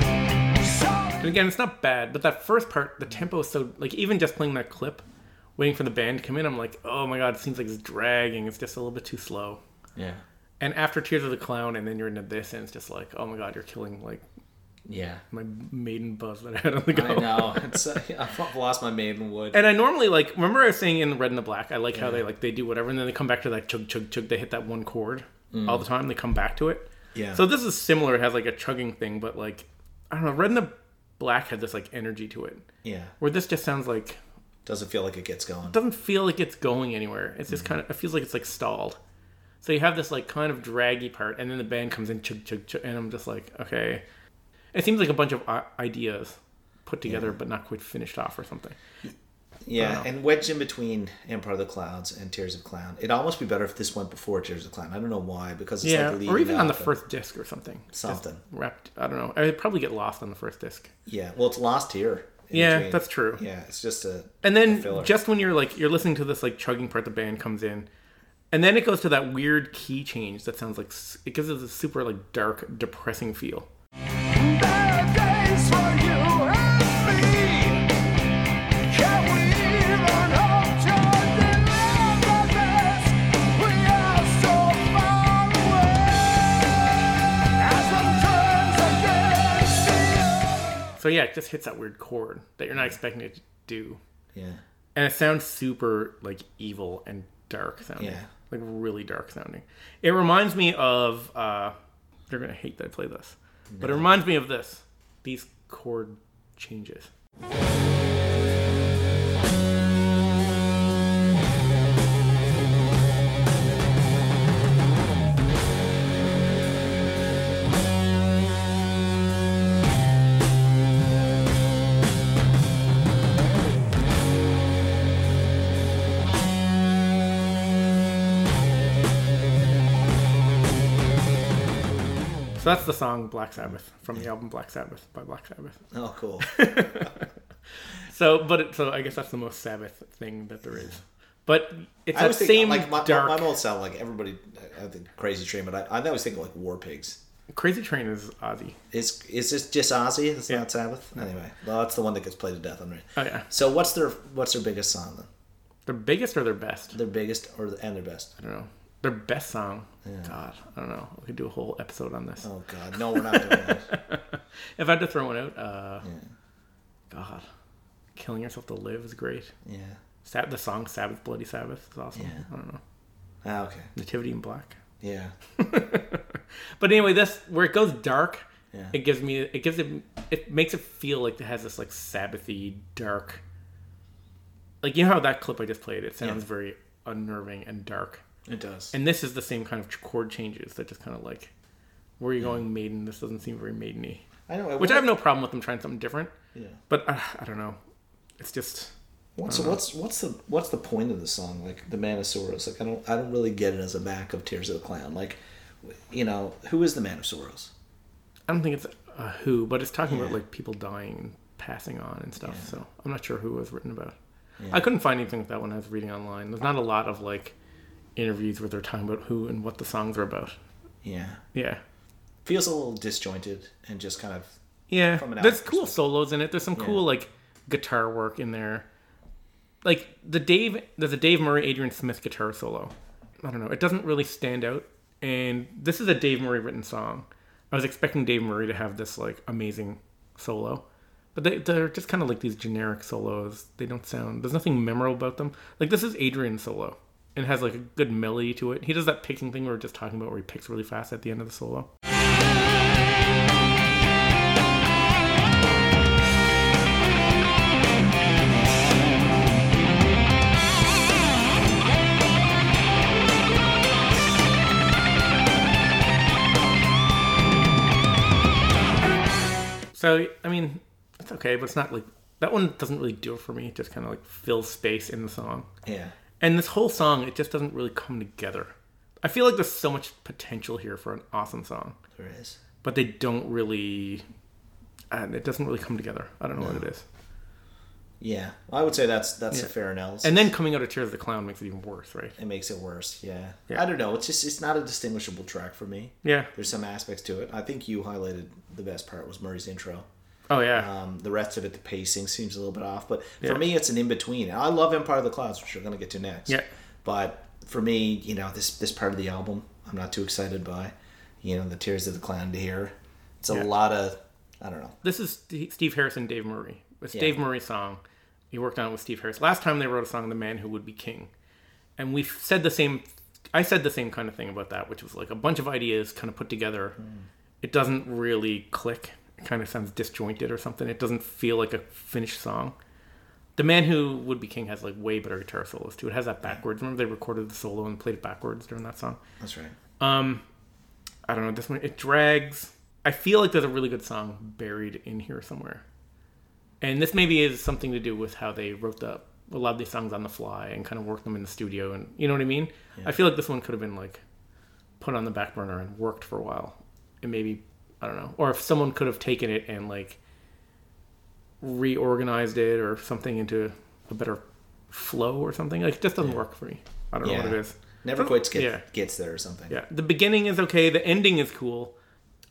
[SPEAKER 2] And again, it's not bad, but that first part, the tempo is so like even just playing that clip, waiting for the band to come in, I'm like, oh my god, it seems like it's dragging. It's just a little bit too slow.
[SPEAKER 1] yeah
[SPEAKER 2] And after Tears of the Clown, and then you're into this, and it's just like, oh my god, you're killing like
[SPEAKER 1] yeah
[SPEAKER 2] my maiden buzz that I had on the go.
[SPEAKER 1] i know it's uh, i've lost my maidenwood
[SPEAKER 2] And I normally like remember I was saying in Red and the Black, I like how they like they do whatever and then they come back to that chug chug chug, they hit that one chord all the time, they come back to it.
[SPEAKER 1] yeah
[SPEAKER 2] So this is similar, it has like a chugging thing, but like I don't know, Red and the Black had this like energy to it.
[SPEAKER 1] yeah
[SPEAKER 2] Where this just sounds like
[SPEAKER 1] doesn't feel like it gets going
[SPEAKER 2] doesn't feel like it's going anywhere. It's just kind of it feels like it's like stalled. So you have this like kind of draggy part, and then the band comes in chug chug chug, and I'm just like, okay, it seems like a bunch of i- ideas put together but not quite finished off or something.
[SPEAKER 1] yeah and wedged in between empire of the clouds and tears of clown it'd almost be better if this went before tears of clown i don't know why because it's
[SPEAKER 2] yeah,
[SPEAKER 1] like
[SPEAKER 2] or
[SPEAKER 1] leading
[SPEAKER 2] even on the
[SPEAKER 1] up and-
[SPEAKER 2] first disc or something.
[SPEAKER 1] Something.
[SPEAKER 2] Just wrapped. I don't know. I'd probably get lost on the first disc.
[SPEAKER 1] yeah well it's lost here in
[SPEAKER 2] yeah,
[SPEAKER 1] between.
[SPEAKER 2] that's true.
[SPEAKER 1] yeah it's just a
[SPEAKER 2] And then
[SPEAKER 1] filler.
[SPEAKER 2] just when you're like you're listening to this like chugging part, the band comes in, and then it goes to that weird key change that sounds like s- it gives us a super like dark, depressing feel. So yeah, it just hits that weird chord that you're not expecting it to do,
[SPEAKER 1] yeah
[SPEAKER 2] and it sounds super like evil and dark sounding.
[SPEAKER 1] Yeah.
[SPEAKER 2] Like really dark sounding. It reminds me of uh you're gonna hate that I play this. But it reminds me of this. These chord changes. So that's the song Black Sabbath from the album Black Sabbath by Black Sabbath.
[SPEAKER 4] Oh, cool.
[SPEAKER 2] So, but it, so I guess that's the most Sabbath thing that there is. But it's
[SPEAKER 1] I
[SPEAKER 2] that
[SPEAKER 1] was thinking,
[SPEAKER 2] same
[SPEAKER 1] like, my,
[SPEAKER 2] dark.
[SPEAKER 1] my old sound, like, everybody, I think Crazy Train, but I, I always think of, like, War Pigs.
[SPEAKER 2] Crazy Train is Ozzy.
[SPEAKER 1] Is, is this just Ozzy? It's
[SPEAKER 2] Yeah.
[SPEAKER 1] not Sabbath? Anyway, well, that's the one that gets played to death on right.
[SPEAKER 2] Oh yeah,
[SPEAKER 1] So what's their what's their biggest song then?
[SPEAKER 2] their biggest or their best?
[SPEAKER 1] Their biggest or the, and their best?
[SPEAKER 2] I don't know. Their best song. God, I don't know. We could do a whole episode on this.
[SPEAKER 1] Oh God, no, we're not doing that.
[SPEAKER 2] If I had to throw one out, uh, God, killing yourself to live is great.
[SPEAKER 1] Yeah.
[SPEAKER 2] Sab- the song Sabbath, Bloody Sabbath is awesome.
[SPEAKER 1] Yeah.
[SPEAKER 2] I don't know.
[SPEAKER 1] Ah, okay.
[SPEAKER 2] Nativity in Black.
[SPEAKER 1] Yeah.
[SPEAKER 2] But anyway, this where it goes dark.
[SPEAKER 1] Yeah.
[SPEAKER 2] It gives me. It gives it. It makes it feel like it has this like Sabbathy dark. Like you know how that clip I just played. It sounds
[SPEAKER 1] Yeah.
[SPEAKER 2] very unnerving and dark.
[SPEAKER 1] It does.
[SPEAKER 2] And this is the same kind of chord changes that just kind of like, where are you going, Maiden? This doesn't seem very Maiden-y.
[SPEAKER 1] I know. I
[SPEAKER 2] Which I have
[SPEAKER 1] wonder-
[SPEAKER 2] no problem with them trying something different.
[SPEAKER 1] Yeah.
[SPEAKER 2] But uh, I don't know. It's just
[SPEAKER 1] What's what's what's the what's the point of the song? Like the Man of Sorrows. Like I don't I don't really get it as a back of Tears of the Clown. Like, you know, who is the Man of Sorrows?
[SPEAKER 2] I don't think it's a who, but it's talking about like people dying and passing on and stuff. So I'm not sure who it was written about. I couldn't find anything with that when I was reading online. There's not a lot of like interviews where they're talking about who and what the songs are about.
[SPEAKER 1] Yeah.
[SPEAKER 2] Yeah.
[SPEAKER 1] Feels a little disjointed and just kind of
[SPEAKER 2] Yeah.
[SPEAKER 1] From an
[SPEAKER 2] There's
[SPEAKER 1] album
[SPEAKER 2] cool solos in it. There's some cool like guitar work in there. Like the Dave there's a Dave Murray Adrian Smith guitar solo. I don't know. It doesn't really stand out. And this is a Dave Murray written song. I was expecting Dave Murray to have this like amazing solo. But they, they're just kind of like these generic solos. They don't sound there's nothing memorable about them. Like this is Adrian's solo. And it has like a good melody to it. He does that picking thing we were just talking about where he picks really fast at the end of the solo. So I mean, it's okay, but it's not like that one doesn't really do it for me. It just kind of like fills space in the song,
[SPEAKER 1] yeah.
[SPEAKER 2] and this whole song it just doesn't really come together. I feel like there's so much potential here for an awesome song,
[SPEAKER 1] There is.
[SPEAKER 2] but they don't really, and it doesn't really come together. I don't know what it is.
[SPEAKER 1] Yeah. I would say that's that's a
[SPEAKER 2] Yeah.
[SPEAKER 1] fair analysis.
[SPEAKER 2] And then coming out of Tears of the Clown makes it even worse, right?
[SPEAKER 1] it makes it worse. Yeah.
[SPEAKER 2] Yeah.
[SPEAKER 1] I don't know. It's just it's not a distinguishable track for me.
[SPEAKER 2] Yeah.
[SPEAKER 1] There's some aspects to it. I think you highlighted the best part was Murray's intro.
[SPEAKER 2] Oh yeah.
[SPEAKER 1] Um, the rest of it, the pacing seems a little bit off. But
[SPEAKER 2] Yeah.
[SPEAKER 1] for me, it's an in between. I love Empire of the Clouds, which we're going to get to next.
[SPEAKER 2] Yeah.
[SPEAKER 1] But for me, you know, this this part of the album, I'm not too excited by. You know, the Tears of the Clown to hear. It's a
[SPEAKER 2] Yeah.
[SPEAKER 1] lot of, I don't know.
[SPEAKER 2] This is St- Steve Harris and Dave Murray. It's Dave Murray's song. He worked on it with Steve Harris. Last time they wrote a song, "The Man Who Would Be King," and we said the same. I said the same kind of thing about that, which was like a bunch of ideas kind of put together. It doesn't really click. It kind of sounds disjointed or something. It doesn't feel like a finished song. The Man Who Would Be King has like way better guitar solos too. It has that backwards. Remember they recorded the solo and played it backwards during that song.
[SPEAKER 1] That's right.
[SPEAKER 2] I don't know. This one it drags. I feel like there's a really good song buried in here somewhere, and this maybe is something to do with how they wrote the a lot of these songs on the fly and kind of worked them in the studio, and you know what I mean. I feel like this one could have been like put on the back burner and worked for a while, and maybe I don't know, or if someone could have taken it and like reorganized it or something into a better flow or something. Like it just doesn't work for me. I don't know
[SPEAKER 1] Yeah.
[SPEAKER 2] what it is.
[SPEAKER 1] Never Quits get,
[SPEAKER 2] Yeah.
[SPEAKER 1] gets there or something.
[SPEAKER 2] Yeah, the beginning is okay. The ending is cool.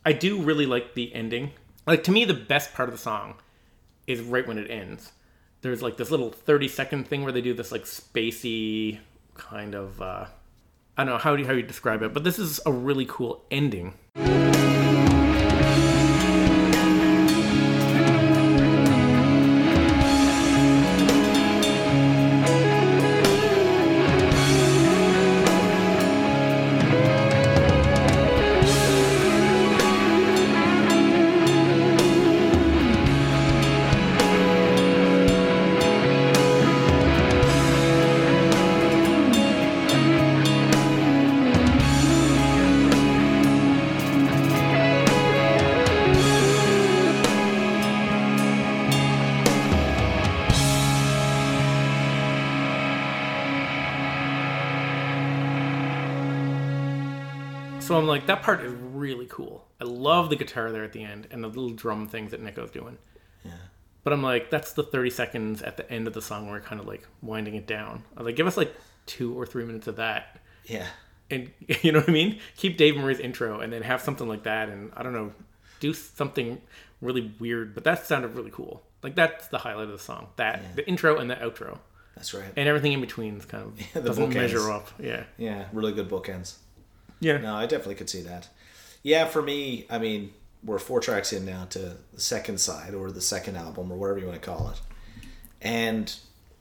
[SPEAKER 2] I do really like the ending. Like to me, the best part of the song is right when it ends. There's like this little 30 second thing where they do this like spacey kind of uh, I don't know how do you, how you describe it, but this is a really cool ending. So I'm like, that part is really cool. I love the guitar there at the end and the little drum things that Nico's doing.
[SPEAKER 1] Yeah.
[SPEAKER 2] But I'm like, that's the 30 seconds at the end of the song where we're kind of like winding it down. I was like, give us like two or three minutes of that.
[SPEAKER 1] Yeah.
[SPEAKER 2] And you know what I mean? Keep Dave Murray's intro and then have something like that. And I don't know, do something really weird. But that sounded really cool. Like that's the highlight of the song. That the intro and the outro
[SPEAKER 1] That's right.
[SPEAKER 2] and everything in between is kind of
[SPEAKER 1] the
[SPEAKER 2] doesn't
[SPEAKER 1] bookends.
[SPEAKER 2] measure up. Yeah.
[SPEAKER 1] yeah, really good bookends.
[SPEAKER 2] Yeah.
[SPEAKER 1] No, I definitely could see that. Yeah, for me, I mean, we're four tracks in now to the second side or the second album or whatever you want to call it. And,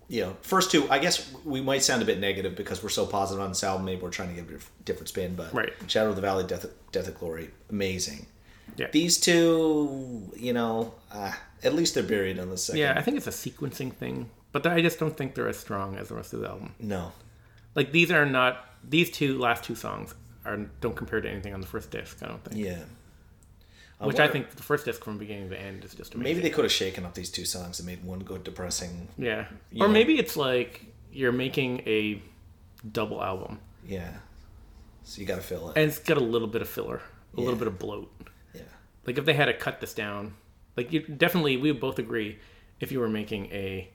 [SPEAKER 1] you know, first two, I guess we might sound a bit negative because we're so positive on this album. Maybe we're trying to give it a different spin, but
[SPEAKER 2] Right.
[SPEAKER 1] Shadow of the Valley, Death, Death of Glory, amazing.
[SPEAKER 2] Yeah.
[SPEAKER 1] These two, you know, ah, at least they're buried on the second.
[SPEAKER 2] Yeah, I think it's a sequencing thing, but I just don't think they're as strong as the rest of the album.
[SPEAKER 1] No.
[SPEAKER 2] Like these are not these two last two songs are don't compare to anything on the first disc. I don't think.
[SPEAKER 1] Yeah.
[SPEAKER 2] Which I
[SPEAKER 1] wonder-
[SPEAKER 2] think the first disc from beginning to end is just amazing.
[SPEAKER 1] Maybe they could have shaken up these two songs and made one good, depressing.
[SPEAKER 2] yeah. Or maybe it's like you're making a double album
[SPEAKER 1] Yeah. So you got to fill it.
[SPEAKER 2] and it's got a little bit of filler, a
[SPEAKER 1] Yeah.
[SPEAKER 2] little bit of bloat.
[SPEAKER 1] yeah.
[SPEAKER 2] Like if they had to cut this down, like you definitely we would both agree if you were making a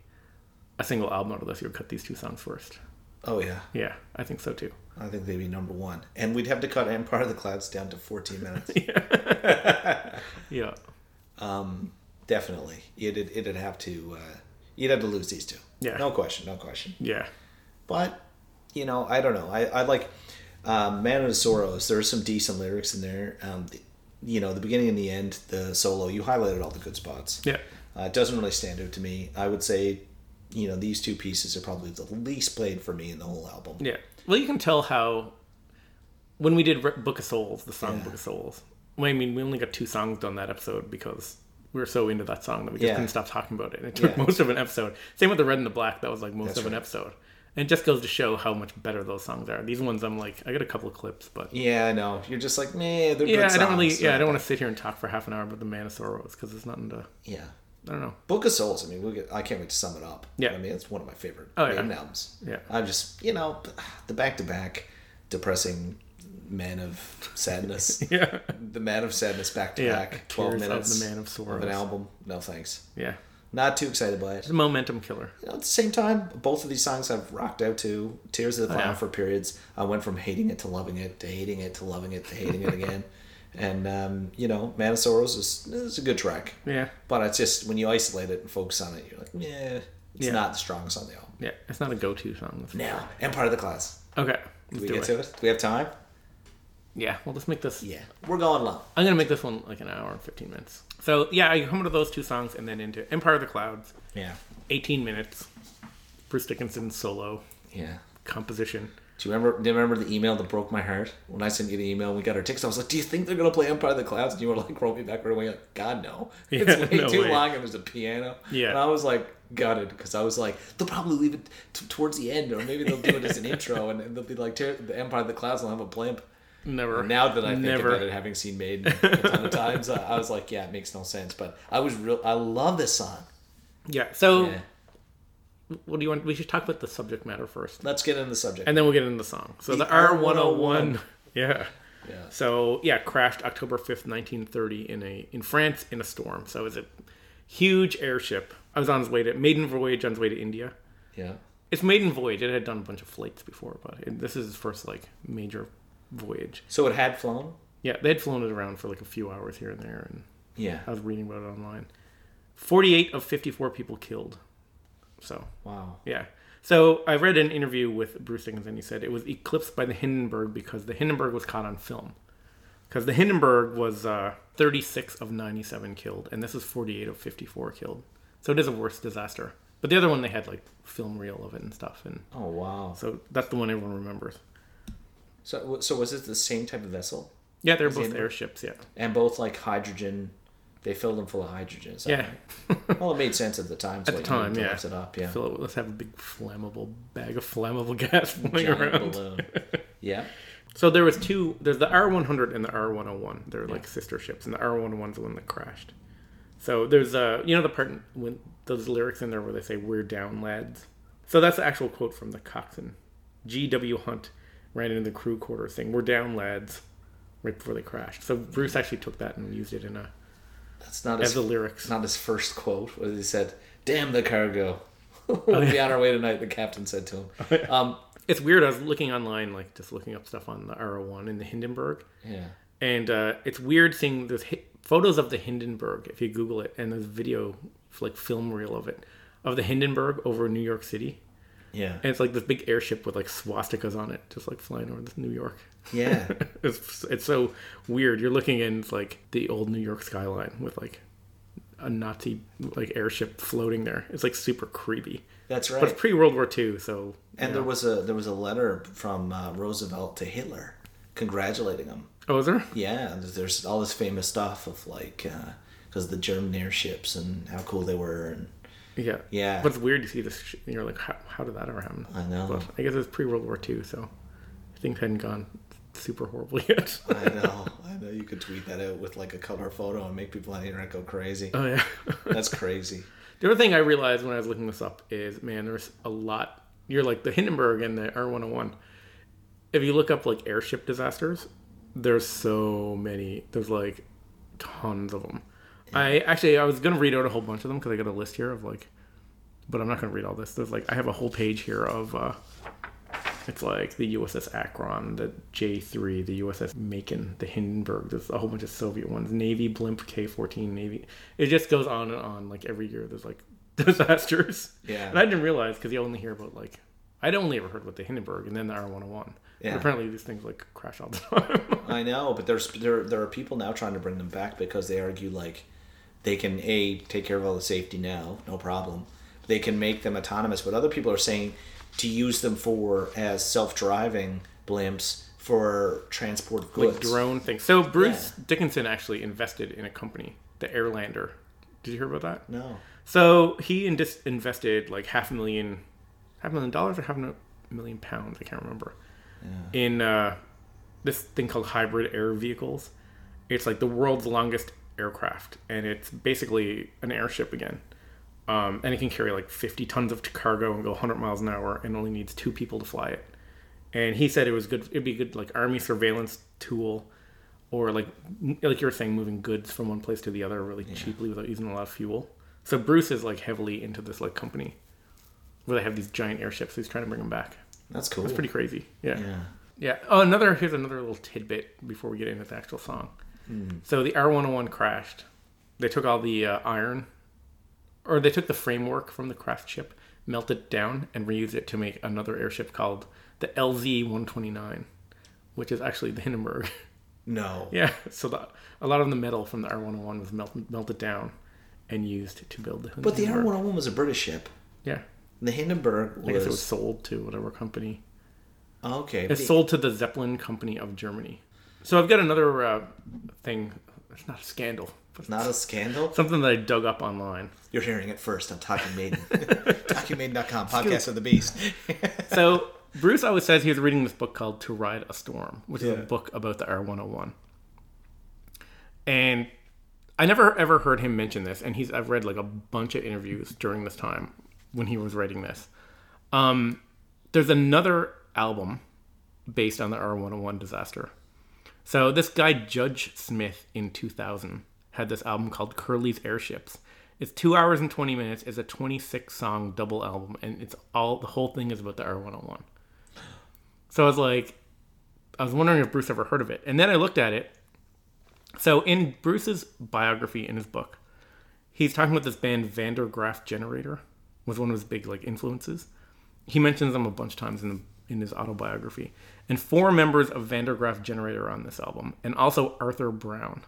[SPEAKER 2] a single album out of this, you would cut these two songs first.
[SPEAKER 1] Oh yeah,
[SPEAKER 2] Yeah, I think so too.
[SPEAKER 1] I think they'd be number one, and we'd have to cut "Empire of the Clouds" down to 14 minutes.
[SPEAKER 2] Yeah.
[SPEAKER 1] Definitely, it'd it'd have to uh, you'd have to lose these two.
[SPEAKER 2] Yeah.
[SPEAKER 1] no question, no question.
[SPEAKER 2] Yeah.
[SPEAKER 1] But you know, I don't know. I I like um, "Man of the Sorrows." There's some decent lyrics in there. Um, the- you know, the beginning and the end, the solo. You highlighted all the good spots.
[SPEAKER 2] Yeah.
[SPEAKER 1] Uh, it doesn't really stand out to me. I would say, you know, these two pieces are probably the least played for me in the whole album.
[SPEAKER 2] Yeah. Well, you can tell how when we did Re- Book of Souls, the song Book of Souls. Well, I mean, we only got two songs done that episode because we were so into that song that we just
[SPEAKER 1] Yeah.
[SPEAKER 2] couldn't stop talking about it. And it took
[SPEAKER 1] Yeah.
[SPEAKER 2] most of an episode. Same with the Red and the Black. That was like most of an
[SPEAKER 1] right.
[SPEAKER 2] episode. And it just goes to show how much better those songs are. These ones, I'm like, I got a couple of clips, but yeah,
[SPEAKER 1] Yeah, I know. You're just like, meh, they're good
[SPEAKER 2] I don't really,
[SPEAKER 1] songs.
[SPEAKER 2] yeah, I don't want to sit here and talk for half an hour about the Man of Sorrows because there's nothing to,
[SPEAKER 1] Yeah.
[SPEAKER 2] I don't know.
[SPEAKER 1] Book of Souls. I mean, we'll get, I can't wait to sum it up.
[SPEAKER 2] Yeah.
[SPEAKER 1] I mean, it's one of my favorite
[SPEAKER 2] Oh, yeah.
[SPEAKER 1] Maiden albums.
[SPEAKER 2] Yeah.
[SPEAKER 1] I'm just, you know, the back to back depressing Man of Sadness.
[SPEAKER 2] Yeah.
[SPEAKER 1] The Man of Sadness back to
[SPEAKER 2] Yeah.
[SPEAKER 1] back, 12
[SPEAKER 2] Tears of
[SPEAKER 1] minutes.
[SPEAKER 2] the Man of Sorrows.
[SPEAKER 1] an album. No thanks.
[SPEAKER 2] Yeah.
[SPEAKER 1] Not too excited by it.
[SPEAKER 2] It's a momentum killer.
[SPEAKER 1] You know, at the same time, both of these songs I've rocked out to. Tears of the Clown
[SPEAKER 2] Oh, yeah.
[SPEAKER 1] for periods. I went from hating it to loving it, to hating it, to loving it, to hating it again. And, um, you know, Man of Sorrows is, is a good track.
[SPEAKER 2] Yeah.
[SPEAKER 1] But it's just when you isolate it and focus on it, you're like, yeah, it's
[SPEAKER 2] Yeah.
[SPEAKER 1] not the strongest on the album.
[SPEAKER 2] Yeah. It's not a go to song.
[SPEAKER 1] Now, Empire of the Clouds.
[SPEAKER 2] Okay. Let's
[SPEAKER 1] Do we
[SPEAKER 2] do
[SPEAKER 1] get
[SPEAKER 2] it.
[SPEAKER 1] to it? Do we have time?
[SPEAKER 2] Yeah. Well, let's make this
[SPEAKER 1] Yeah. We're going long.
[SPEAKER 2] I'm gonna make this one like an hour and fifteen minutes. So yeah, I come into those two songs and then into Empire of the Clouds,
[SPEAKER 1] Yeah.
[SPEAKER 2] eighteen minutes. Bruce Dickinson solo
[SPEAKER 1] Yeah.
[SPEAKER 2] composition.
[SPEAKER 1] Do you remember do you remember the email that broke my heart? When I sent you the email and we got our tickets, I was like, Do you think they're gonna play Empire of the Clouds? And you were like, roll me back right away. Like, God no.
[SPEAKER 2] Yeah,
[SPEAKER 1] it's way
[SPEAKER 2] no
[SPEAKER 1] too
[SPEAKER 2] way.
[SPEAKER 1] long and there's a piano.
[SPEAKER 2] Yeah.
[SPEAKER 1] And I was like gutted because I was like, they'll probably leave it t- towards the end, or maybe they'll do it as an intro and, and they'll be like, "Tear- the Empire of the Clouds will have a blimp.
[SPEAKER 2] Never.
[SPEAKER 1] Now that I think
[SPEAKER 2] never.
[SPEAKER 1] about it, having seen Maiden a ton of times, I, I was like, yeah, it makes no sense. But I was real. I love this song.
[SPEAKER 2] Yeah. So
[SPEAKER 1] Yeah.
[SPEAKER 2] what do you want? We should talk about the subject matter first,
[SPEAKER 1] Let's get into the subject.
[SPEAKER 2] and then we'll get into the song. So the,
[SPEAKER 1] The
[SPEAKER 2] R101.
[SPEAKER 1] R101.
[SPEAKER 2] Yeah.
[SPEAKER 1] Yeah.
[SPEAKER 2] So yeah, crashed October fifth, nineteen thirty, in a in France in a storm. So it was a huge airship. I was on his way to maiden voyage on his way to India.
[SPEAKER 1] yeah.
[SPEAKER 2] It's maiden voyage. It had done a bunch of flights before, but it, this is his first like major voyage.
[SPEAKER 1] So it had flown.
[SPEAKER 2] Yeah, they had flown it around for like a few hours here and there, and
[SPEAKER 1] Yeah.
[SPEAKER 2] I was reading about it online. Forty-eight of fifty-four people killed. So
[SPEAKER 1] Wow.
[SPEAKER 2] yeah. So I read an interview with Bruce Dickinson. He said it was eclipsed by the Hindenburg because the Hindenburg was caught on film. Because the Hindenburg was uh, 36 of 97 killed, and this is 48 of 54 killed. So it is a worse disaster. But the other one they had like film reel of it and stuff, and
[SPEAKER 1] Oh wow.
[SPEAKER 2] so that's the one everyone remembers.
[SPEAKER 1] So so was it the same type of vessel?
[SPEAKER 2] Yeah, they're both
[SPEAKER 1] it-
[SPEAKER 2] airships. Yeah,
[SPEAKER 1] And both like hydrogen. They filled them full of hydrogen. Is that
[SPEAKER 2] yeah.
[SPEAKER 1] right? Well, it made sense at the time. So
[SPEAKER 2] At the
[SPEAKER 1] you
[SPEAKER 2] time, yeah.
[SPEAKER 1] left it up. Yeah.
[SPEAKER 2] So let's have a big flammable bag of flammable gas flying
[SPEAKER 1] Giant
[SPEAKER 2] around.
[SPEAKER 1] balloon. yeah.
[SPEAKER 2] So there was two. There's the R100 and the R101. They're like sister ships, and the R101's the one that crashed. So there's a you know the part when those lyrics in there where they say "We're down, lads." So that's the actual quote from the coxswain. G.W. Hunt ran into the crew quarters saying, "We're down, lads." right before they crashed. So Bruce actually took that and used it in a
[SPEAKER 1] That's not
[SPEAKER 2] as
[SPEAKER 1] his
[SPEAKER 2] the lyrics.
[SPEAKER 1] not his first quote. Was he said, "Damn the cargo."
[SPEAKER 2] Oh,
[SPEAKER 1] we'll be on our way tonight. The captain said to him. Um,
[SPEAKER 2] It's weird. I was looking online, like just looking up stuff on the R01 in the Hindenburg,
[SPEAKER 1] yeah.
[SPEAKER 2] and uh, it's weird seeing there's hi- photos of the Hindenburg if you Google it, and there's video like film reel of it of the Hindenburg over New York City,
[SPEAKER 1] Yeah.
[SPEAKER 2] and it's like this big airship with like swastikas on it, just like flying over this New York.
[SPEAKER 1] Yeah.
[SPEAKER 2] it's, it's so weird. You're looking in it's like the old New York skyline with like a Nazi like airship floating there. It's like super creepy.
[SPEAKER 1] That's
[SPEAKER 2] But
[SPEAKER 1] right.
[SPEAKER 2] it's pre World War II, so
[SPEAKER 1] And there was a there was a letter from uh, Roosevelt to Hitler congratulating him.
[SPEAKER 2] oh, is there?
[SPEAKER 1] Yeah, and there's all this famous stuff of like because the German airships and how cool they were, and
[SPEAKER 2] Yeah.
[SPEAKER 1] Yeah.
[SPEAKER 2] But it's weird to see this. Sh- and you're like, how, how did that ever happen?
[SPEAKER 1] I know.
[SPEAKER 2] But I guess it's pre World War II, so things hadn't gone super horribly yet.
[SPEAKER 1] I know, I know you could tweet that out with like a color photo and make people on the internet go crazy.
[SPEAKER 2] oh yeah.
[SPEAKER 1] That's crazy.
[SPEAKER 2] the other thing I realized when I was looking this up is, man, there's a lot. You're like the Hindenburg and the R101. If you look up like airship disasters, there's so many. There's like tons of them. I actually I was gonna read out a whole bunch of them because I got a list here of like, but I'm not gonna read all this. There's like I have a whole page here of. uh It's like the USS Akron, the J3, the USS Macon, the Hindenburg. There's a whole bunch of Soviet ones. Navy blimp K14, Navy. It just goes on and on. Like every year, there's like disasters.
[SPEAKER 1] Yeah.
[SPEAKER 2] And I didn't realize because you only hear about like I'd only ever heard about the Hindenburg and then the R101.
[SPEAKER 1] Yeah.
[SPEAKER 2] But apparently these things like crash all the time.
[SPEAKER 1] I know, but there's there there are people now trying to bring them back because they argue like they can a take care of all the safety now, no problem. They can make them autonomous, but other people are saying to use them for as self-driving blimps for transport of goods.
[SPEAKER 2] like drone things. So Bruce Dickinson actually invested in a company, the Airlander. Did you hear about that?
[SPEAKER 1] No.
[SPEAKER 2] So he in- just invested like half a million, half a million dollars or half a million pounds. I can't remember. In uh, this thing called hybrid air vehicles. It's like the world's longest aircraft, and it's basically an airship again. Um, and it can carry like 50 tons of cargo and go 100 miles an hour, and only needs two people to fly it. And he said it was good. It'd be good like army surveillance tool, or like m- like you were saying, moving goods from one place to the other really cheaply without using a lot of fuel. So Bruce is like heavily into this like company where they have these giant airships. He's trying to bring them back.
[SPEAKER 1] That's cool.
[SPEAKER 2] It's pretty crazy.
[SPEAKER 1] Yeah.
[SPEAKER 2] Yeah. Oh, another here's another little tidbit before we get into the actual song. So the R101 crashed. They took all the uh, iron, or they took the framework from the crashed ship, melted it down, and reused it to make another airship called the LZ-129, which is actually the Hindenburg.
[SPEAKER 1] No.
[SPEAKER 2] yeah. So the, a lot of the metal from the R101 was melted melted down and used to build the.
[SPEAKER 1] But the
[SPEAKER 2] Hindenburg.
[SPEAKER 1] R101 was a British ship.
[SPEAKER 2] Yeah.
[SPEAKER 1] The Hindenburg
[SPEAKER 2] I
[SPEAKER 1] was,
[SPEAKER 2] guess it was sold to whatever company.
[SPEAKER 1] okay.
[SPEAKER 2] It's sold to the Zeppelin Company of Germany. So I've got another uh, thing. It's not a scandal, but
[SPEAKER 1] Not a scandal.
[SPEAKER 2] something that I dug up online.
[SPEAKER 1] You're hearing it first on Talking Maiden. TalkingMaiden.com, podcast of the beast.
[SPEAKER 2] So Bruce always says he was reading this book called To Ride a Storm, which is
[SPEAKER 1] Yeah.
[SPEAKER 2] a book about the R101. And I never ever heard him mention this, and he's I've read like a bunch of interviews during this time when he was writing this. Um, there's another album based on the R101 disaster. So this guy Judge Smith in 2000 had this album called Curly's Airships. It's two hours and 20 minutes. It's a 26 song double album, and it's all the whole thing is about the R101. So I was like, I was wondering if Bruce ever heard of it, and then I looked at it. So in Bruce's biography in his book, he's talking about this band Vandergraaf Generator was one of his big like influences he mentions them a bunch of times in the, in his autobiography. And four members of Vandergraaf Generator are on this album, and also Arthur Brown,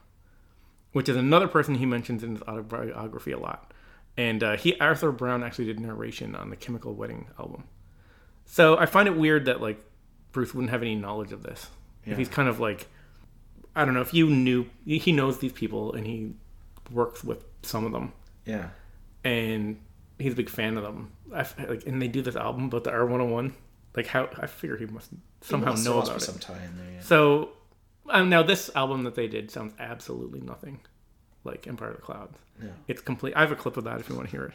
[SPEAKER 2] which is another person he mentions in his autobiography a lot. And uh, he Arthur Brown actually did narration on the Chemical Wedding album. So I find it weird that like Bruce wouldn't have any knowledge of this. If he's kind of like, I don't know, if you knew he knows these people and he works with some of them
[SPEAKER 1] Yeah.
[SPEAKER 2] and he's a big fan of them. I f- like, and they do this album about the R101. Like, how I figure he must somehow
[SPEAKER 1] Must-
[SPEAKER 2] know
[SPEAKER 1] must be
[SPEAKER 2] about it.
[SPEAKER 1] some tie in there, yeah.
[SPEAKER 2] So, um, now this album that they did sounds absolutely nothing like Empire of the Clouds. It's complete. I have a clip of that if you want to hear it.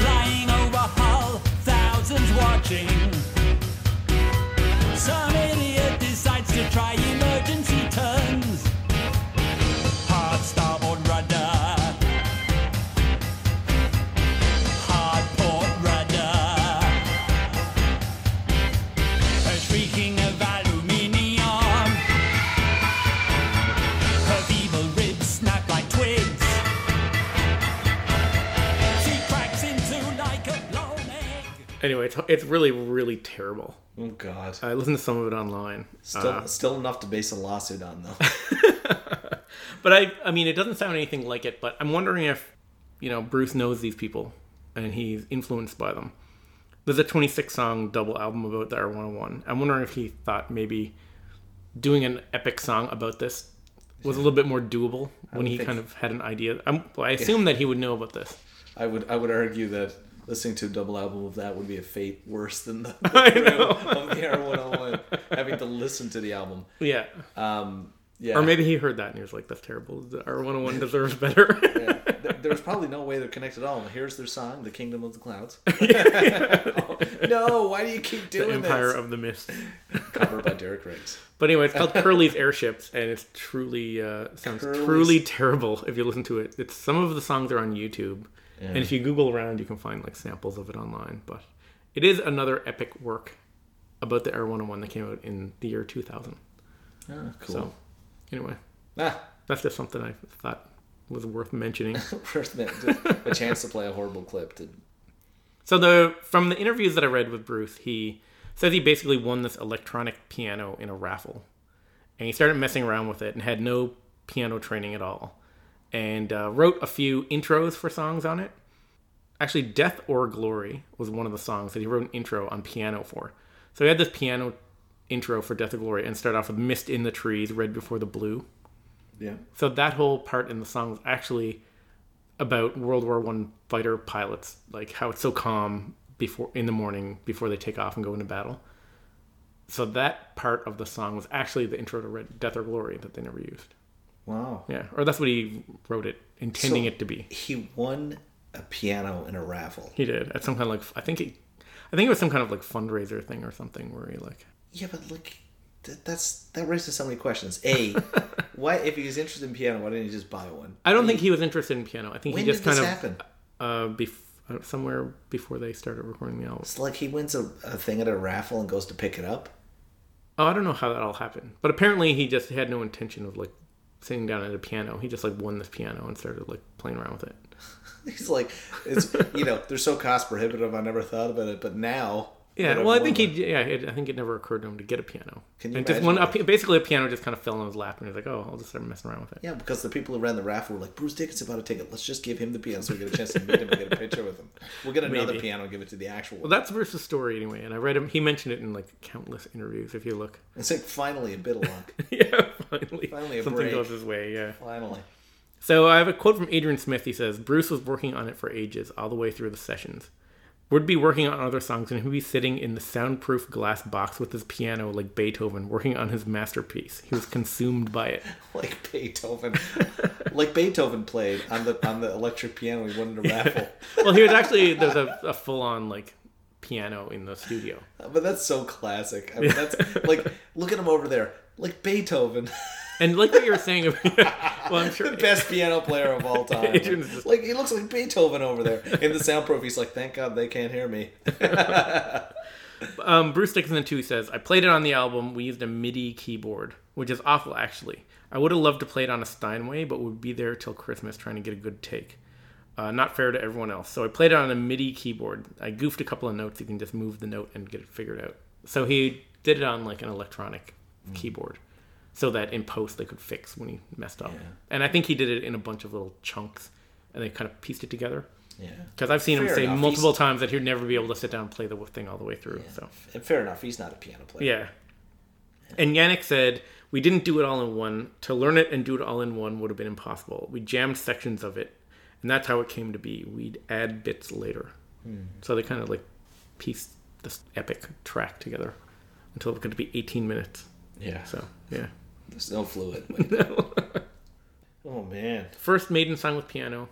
[SPEAKER 5] Flying over Hull, thousands watching. some idiot decides to try emergency turns. Hard starboard rudder. Hard port rudder. A shrieking of aluminium. Her feeble ribs snap like twigs. She cracks into like a blown egg.
[SPEAKER 2] Anyway, it's, it's really, really terrible.
[SPEAKER 1] Oh God.
[SPEAKER 2] I listened to some of it online.
[SPEAKER 1] Still,
[SPEAKER 2] Uh-huh.
[SPEAKER 1] still enough to base a lawsuit on though.
[SPEAKER 2] But I, I mean, it doesn't sound anything like it. But I'm wondering if, you know, Bruce knows these people, and he's influenced by them. There's a 26 song double album about the Air 101. I'm wondering if he thought maybe doing an epic song about this was a little bit more doable when he
[SPEAKER 1] think-
[SPEAKER 2] kind of had an idea. I'm, well, I assume that he would know about this.
[SPEAKER 1] I would I would argue that listening to a double album of that would be a fate worse than the,
[SPEAKER 2] I know.
[SPEAKER 1] of the Air 101 having to listen to the album.
[SPEAKER 2] Yeah.
[SPEAKER 1] Yeah.
[SPEAKER 2] Or maybe he heard that and he was like, "That's terrible. The R 101 deserves better."
[SPEAKER 1] There- There's probably no way they're connected at all. Here's their song, "The Kingdom of the Clouds." no, why do you keep doing
[SPEAKER 2] Empire
[SPEAKER 1] this?
[SPEAKER 2] of the Mist.
[SPEAKER 1] Cover by Derek Riggs.
[SPEAKER 2] But anyway, it's called Curly's Airships, and it's truly uh, sounds
[SPEAKER 1] Curly's-
[SPEAKER 2] truly terrible if you listen to it. It's some of the songs are on YouTube, and if you Google around, you can find like samples of it online. But it is another epic work about the Air 101 that came out in the year 2000.
[SPEAKER 1] Oh, cool.
[SPEAKER 2] So anyway,
[SPEAKER 1] Ah,
[SPEAKER 2] that's just something I thought was worth mentioning.
[SPEAKER 1] first minute, just a chance to play a horrible clip. To,
[SPEAKER 2] So the from the interviews that I read with Bruce, he says he basically won this electronic piano in a raffle, and he started messing around with it and had no piano training at all, and uh, wrote a few intros for songs on it. Actually, "Death or Glory" was one of the songs that he wrote an intro on piano for. So he had this piano intro for "Death or Glory" and started off with "Mist in the Trees, Red Before the Blue."
[SPEAKER 1] yeah.
[SPEAKER 2] So that whole part in the song was actually about World War One fighter pilots, like how it's so calm before in the morning before they take off and go into battle. So that part of the song was actually the intro to Red, Death or Glory that they never used.
[SPEAKER 1] Wow.
[SPEAKER 2] Yeah, or that's what he wrote it, intending
[SPEAKER 1] So-
[SPEAKER 2] it to be.
[SPEAKER 1] He won a piano in a raffle.
[SPEAKER 2] He did at some kind of like I think it, I think it was some kind of like fundraiser thing or something where he like
[SPEAKER 1] Yeah, but look, that, that's that raises so many questions. A, why if he was interested in piano, why didn't he just buy one?
[SPEAKER 2] I don't think he was interested in piano. I think
[SPEAKER 1] When
[SPEAKER 2] he just
[SPEAKER 1] did this
[SPEAKER 2] kind
[SPEAKER 1] happen?
[SPEAKER 2] of uh, bef- somewhere before they started recording the album.
[SPEAKER 1] It's like he wins a, a thing at a raffle and goes to pick it up.
[SPEAKER 2] Oh, I don't know how that all happened, but apparently he just had no intention of like sitting down at a piano. He just like won this piano and started like playing around with it.
[SPEAKER 1] He's like, it's you know, they're so cost prohibitive. I never thought about it, but now,
[SPEAKER 2] Yeah,
[SPEAKER 1] that I've
[SPEAKER 2] well, I
[SPEAKER 1] won
[SPEAKER 2] think
[SPEAKER 1] one-
[SPEAKER 2] he yeah, it, I think it never occurred to him to get a piano.
[SPEAKER 1] Can you
[SPEAKER 2] and just
[SPEAKER 1] imagine
[SPEAKER 2] one
[SPEAKER 1] that?
[SPEAKER 2] a, basically a piano just kind of fell in his lap and he's like, oh, I'll just start messing around with it.
[SPEAKER 1] Yeah, because the people who ran the raffle were like, Bruce Dickinson about to take it. Let's just give him the piano so we get a chance to meet him and get a picture with him. We'll get another
[SPEAKER 2] Maybe.
[SPEAKER 1] piano and give it to the actual.
[SPEAKER 2] Well,
[SPEAKER 1] one.
[SPEAKER 2] that's Bruce's story anyway, and I read him. He mentioned it in like countless interviews. If you look,
[SPEAKER 1] It's like finally a bit of luck.
[SPEAKER 2] yeah, finally,
[SPEAKER 1] Finally a
[SPEAKER 2] something
[SPEAKER 1] break.
[SPEAKER 2] goes his way. Yeah.
[SPEAKER 1] finally.
[SPEAKER 2] So I have a quote from Adrian Smith. He says, Bruce was working on it for ages, all the way through the sessions. Would be working on other songs, and he'd be sitting in the soundproof glass box with his piano like Beethoven, working on his masterpiece. He was consumed by it.
[SPEAKER 1] like Beethoven, like Beethoven played on the on the electric piano. He won the raffle,
[SPEAKER 2] Well, he was actually, there's a, a full on like piano in the studio.
[SPEAKER 1] but that's so classic. I mean, that's like look at him over there, like Beethoven,
[SPEAKER 2] And like what you were saying, about- well, I'm sure.
[SPEAKER 1] the best piano player of all time.
[SPEAKER 2] Adrian's just-
[SPEAKER 1] Like he looks like Beethoven over there in the soundproof. He's like, thank God they can't hear me.
[SPEAKER 2] Um, Bruce Dickinson too says, I played it on the album. We used a MIDI keyboard, which is awful actually. I would have loved to play it on a Steinway, but would be there till Christmas trying to get a good take. Uh, not fair to everyone else. So I played it on a MIDI keyboard. I goofed a couple of notes. You can just move the note and get it figured out. So he did it on like an electronic
[SPEAKER 1] Mm.
[SPEAKER 2] keyboard, so that in post they could fix when he messed up. And I think he did it in a bunch of little chunks, and they kind of pieced it together.
[SPEAKER 1] Yeah,
[SPEAKER 2] Because I've seen him
[SPEAKER 1] Fair
[SPEAKER 2] say
[SPEAKER 1] enough. He's-
[SPEAKER 2] multiple times that he'd never be able to sit down and play the thing all the way through. So
[SPEAKER 1] and fair enough. He's not a piano player.
[SPEAKER 2] yeah. And Yannick said, We didn't do it all in one. To learn it and do it all in one would have been impossible. We jammed sections of it, and that's how it came to be. We'd add bits later. So they kind of like pieced this epic track together until it could be 18 minutes.
[SPEAKER 1] yeah.
[SPEAKER 2] So, yeah.
[SPEAKER 1] There's no fluid. Wait. Oh man.
[SPEAKER 2] First maiden song with piano.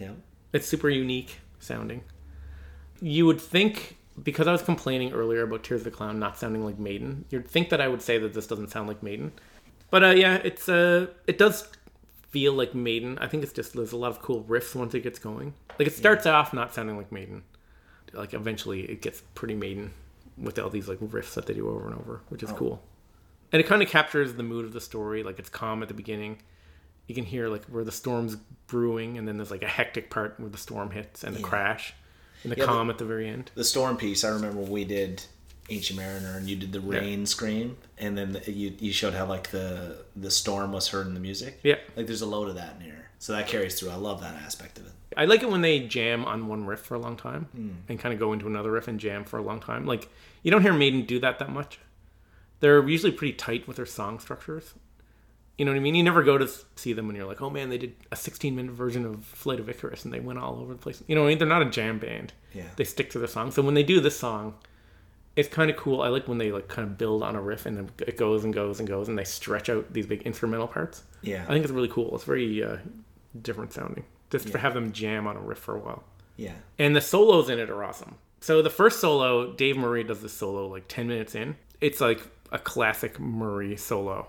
[SPEAKER 1] Yeah.
[SPEAKER 2] It's super unique sounding. You would think because I was complaining earlier about Tears of the Clown not sounding like Maiden, you'd think that I would say that this doesn't sound like Maiden. But uh, yeah, it's uh, it does feel like Maiden. I think it's just there's a lot of cool riffs once it gets going. Like it starts off not sounding like Maiden. Like eventually it gets pretty Maiden with all these like riffs that they do over and over, which is cool. And it kind of captures the mood of the story. Like it's calm at the beginning. You can hear like where the storm's brewing, and then there's like a hectic part where the storm hits and the crash, and the
[SPEAKER 1] but-
[SPEAKER 2] calm at the very end.
[SPEAKER 1] the storm piece. I remember when we did Ancient Mariner, and you did the rain scream, and then the, you you showed how like the the storm was heard in the music.
[SPEAKER 2] Yeah.
[SPEAKER 1] like there's a load of that in here, so that carries through. I love that aspect of it.
[SPEAKER 2] I like it when they jam on one riff for a long time
[SPEAKER 1] Hmm.
[SPEAKER 2] and kind of go into another riff and jam for a long time. Like you don't hear Maiden do that that much. They're usually pretty tight with their song structures. You know what I mean? You never go to s- see them when you're like, oh man, they did a 16 minute version of Flight of Icarus and they went all over the place. You know what I mean? They're not a jam band.
[SPEAKER 1] Yeah.
[SPEAKER 2] They stick to their song. So when they do this song, it's kind of cool. I like when they like kind of build on a riff and then it goes and goes and goes and they stretch out these big instrumental parts.
[SPEAKER 1] Yeah,
[SPEAKER 2] I think it's really cool. It's very uh, different sounding. Just to have them jam on a riff for a while.
[SPEAKER 1] yeah,
[SPEAKER 2] And the solos in it are awesome. So the first solo, Dave Murray does the solo like 10 minutes in. It's like a classic Murray solo.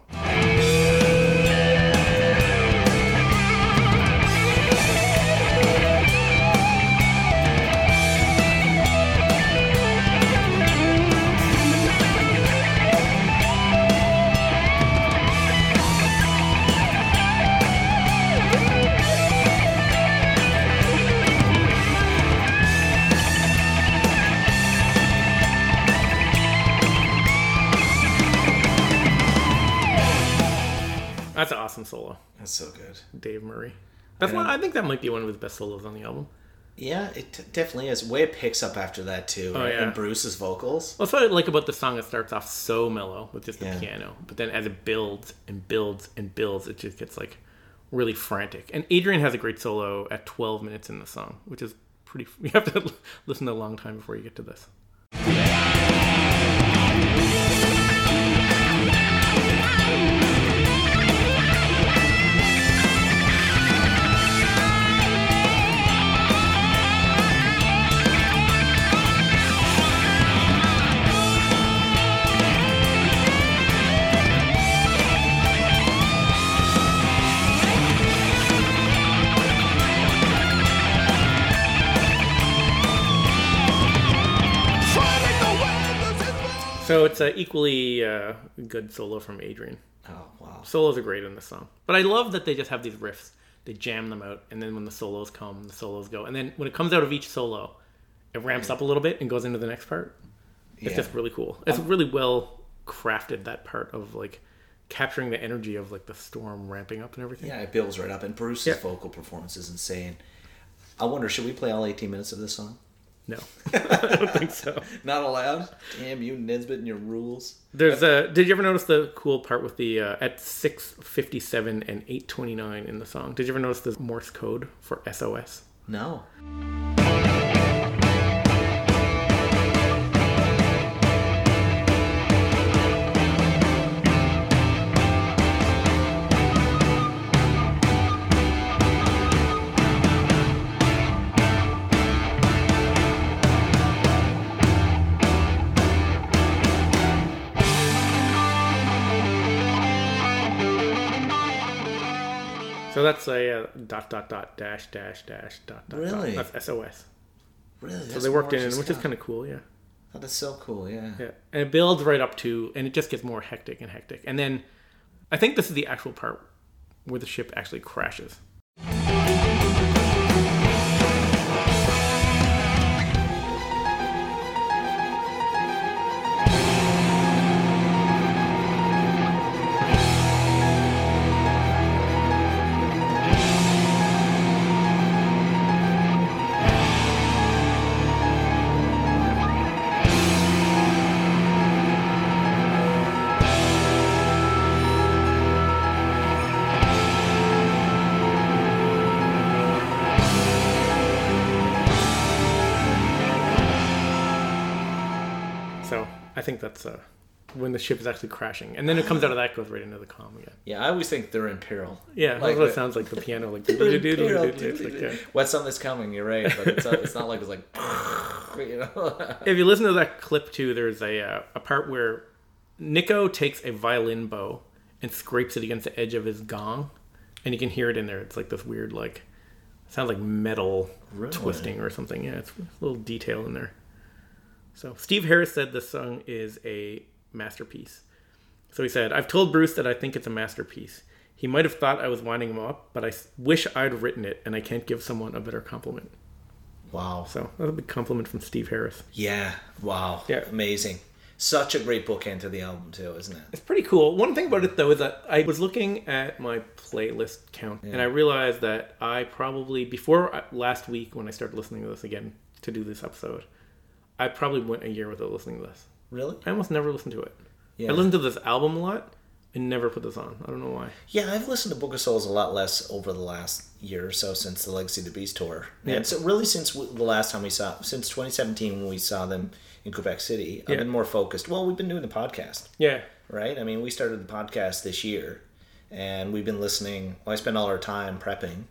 [SPEAKER 2] That's an awesome solo,
[SPEAKER 1] that's so good.
[SPEAKER 2] Dave Murray. That's one. I think that might be one of his best solos on the album.
[SPEAKER 1] Yeah, it t- definitely is. Way it picks up after that too, right?
[SPEAKER 2] Oh, yeah.
[SPEAKER 1] and Bruce's vocals.
[SPEAKER 2] That's what I like about the song. It starts off so mellow with just the
[SPEAKER 1] Yeah.
[SPEAKER 2] piano, but then as it builds and builds and builds, it just gets like really frantic. And Adrian has a great solo at 12 minutes in the song, which is pretty. You have to listen to a long time before you get to this. So it's a equally uh, good solo from Adrian.
[SPEAKER 1] Oh wow,
[SPEAKER 2] Solos are great in this song, but I love that they just have these riffs. They jam them out, and then when the solos come, the solos go, and then when it comes out of each solo, it ramps up a little bit and goes into the next part. It's
[SPEAKER 1] Yeah.
[SPEAKER 2] just really cool. It's really well crafted that part of like capturing the energy of like the storm ramping up and everything.
[SPEAKER 1] yeah, it builds right up, and Bruce's
[SPEAKER 2] Yeah.
[SPEAKER 1] vocal performance is insane. I wonder, should we play all 18 minutes of this song?
[SPEAKER 2] No, I don't think so.
[SPEAKER 1] Not allowed. Damn you, Nesbitt, and your rules.
[SPEAKER 2] There's a. Did you ever notice the cool part with the uh, at six fifty seven and eight twenty nine in the song? Did you ever notice the Morse code for SOS?
[SPEAKER 1] No.
[SPEAKER 2] So that's a uh, dot dot dot dash dash dash dot dot.
[SPEAKER 1] Really?
[SPEAKER 2] Dot. That's SOS.
[SPEAKER 1] Really?
[SPEAKER 2] So they worked in, which is kind of cool, yeah.
[SPEAKER 1] of. Oh, That's so cool, yeah.
[SPEAKER 2] Yeah, and it builds right up to, and it just gets more hectic and hectic. And then, I think this is the actual part where the ship actually crashes. So I think that's uh, when the ship is actually crashing, and then it comes out of that goes right into the calm again.
[SPEAKER 1] Yeah, I always think they're in peril.
[SPEAKER 2] Yeah,
[SPEAKER 1] Like
[SPEAKER 2] that's what
[SPEAKER 1] the-
[SPEAKER 2] it sounds like the piano, like
[SPEAKER 1] They're in peril.
[SPEAKER 2] it's like, yeah.
[SPEAKER 1] What's on this coming? You're right, but it's, it's not like it's like you know.
[SPEAKER 2] if you listen to that clip too, there's a uh, a part where Nico takes a violin bow and scrapes it against the edge of his gong, and you can hear it in there. It's like this weird, like sounds like metal twisting or something. Yeah, it's a little detail in there. So Steve Harris said this song is a masterpiece. So he said, "I've told Bruce that I think it's a masterpiece." He might have thought I was winding him up, but I s- wish I'd written it, and I can't give someone a better compliment.
[SPEAKER 1] Wow.
[SPEAKER 2] So that's a big compliment from Steve Harris.
[SPEAKER 1] Yeah. Wow.
[SPEAKER 2] Yeah.
[SPEAKER 1] Amazing. Such a great bookend to the album too, isn't it?
[SPEAKER 2] It's pretty cool. One thing about it though is that I was looking at my playlist count and I realized that I probably before I- last week when I started listening to this again to do this episode, I probably went a year without listening to this.
[SPEAKER 1] Really?
[SPEAKER 2] I almost never listened to it.
[SPEAKER 1] Yeah.
[SPEAKER 2] I listened to this album a lot and never put this on. I don't know why.
[SPEAKER 1] Yeah, I've listened to Book of Souls a lot less over the last year or so since the Legacy of the Beast tour.
[SPEAKER 2] Yeah.
[SPEAKER 1] And so really since w- the last time we saw, since 2017 when we saw them in Quebec City, I've
[SPEAKER 2] Yeah.
[SPEAKER 1] been more focused. Well, we've been doing the podcast,
[SPEAKER 2] Yeah.
[SPEAKER 1] right? I mean, we started the podcast this year and we've been listening. Well, I spend all our time prepping.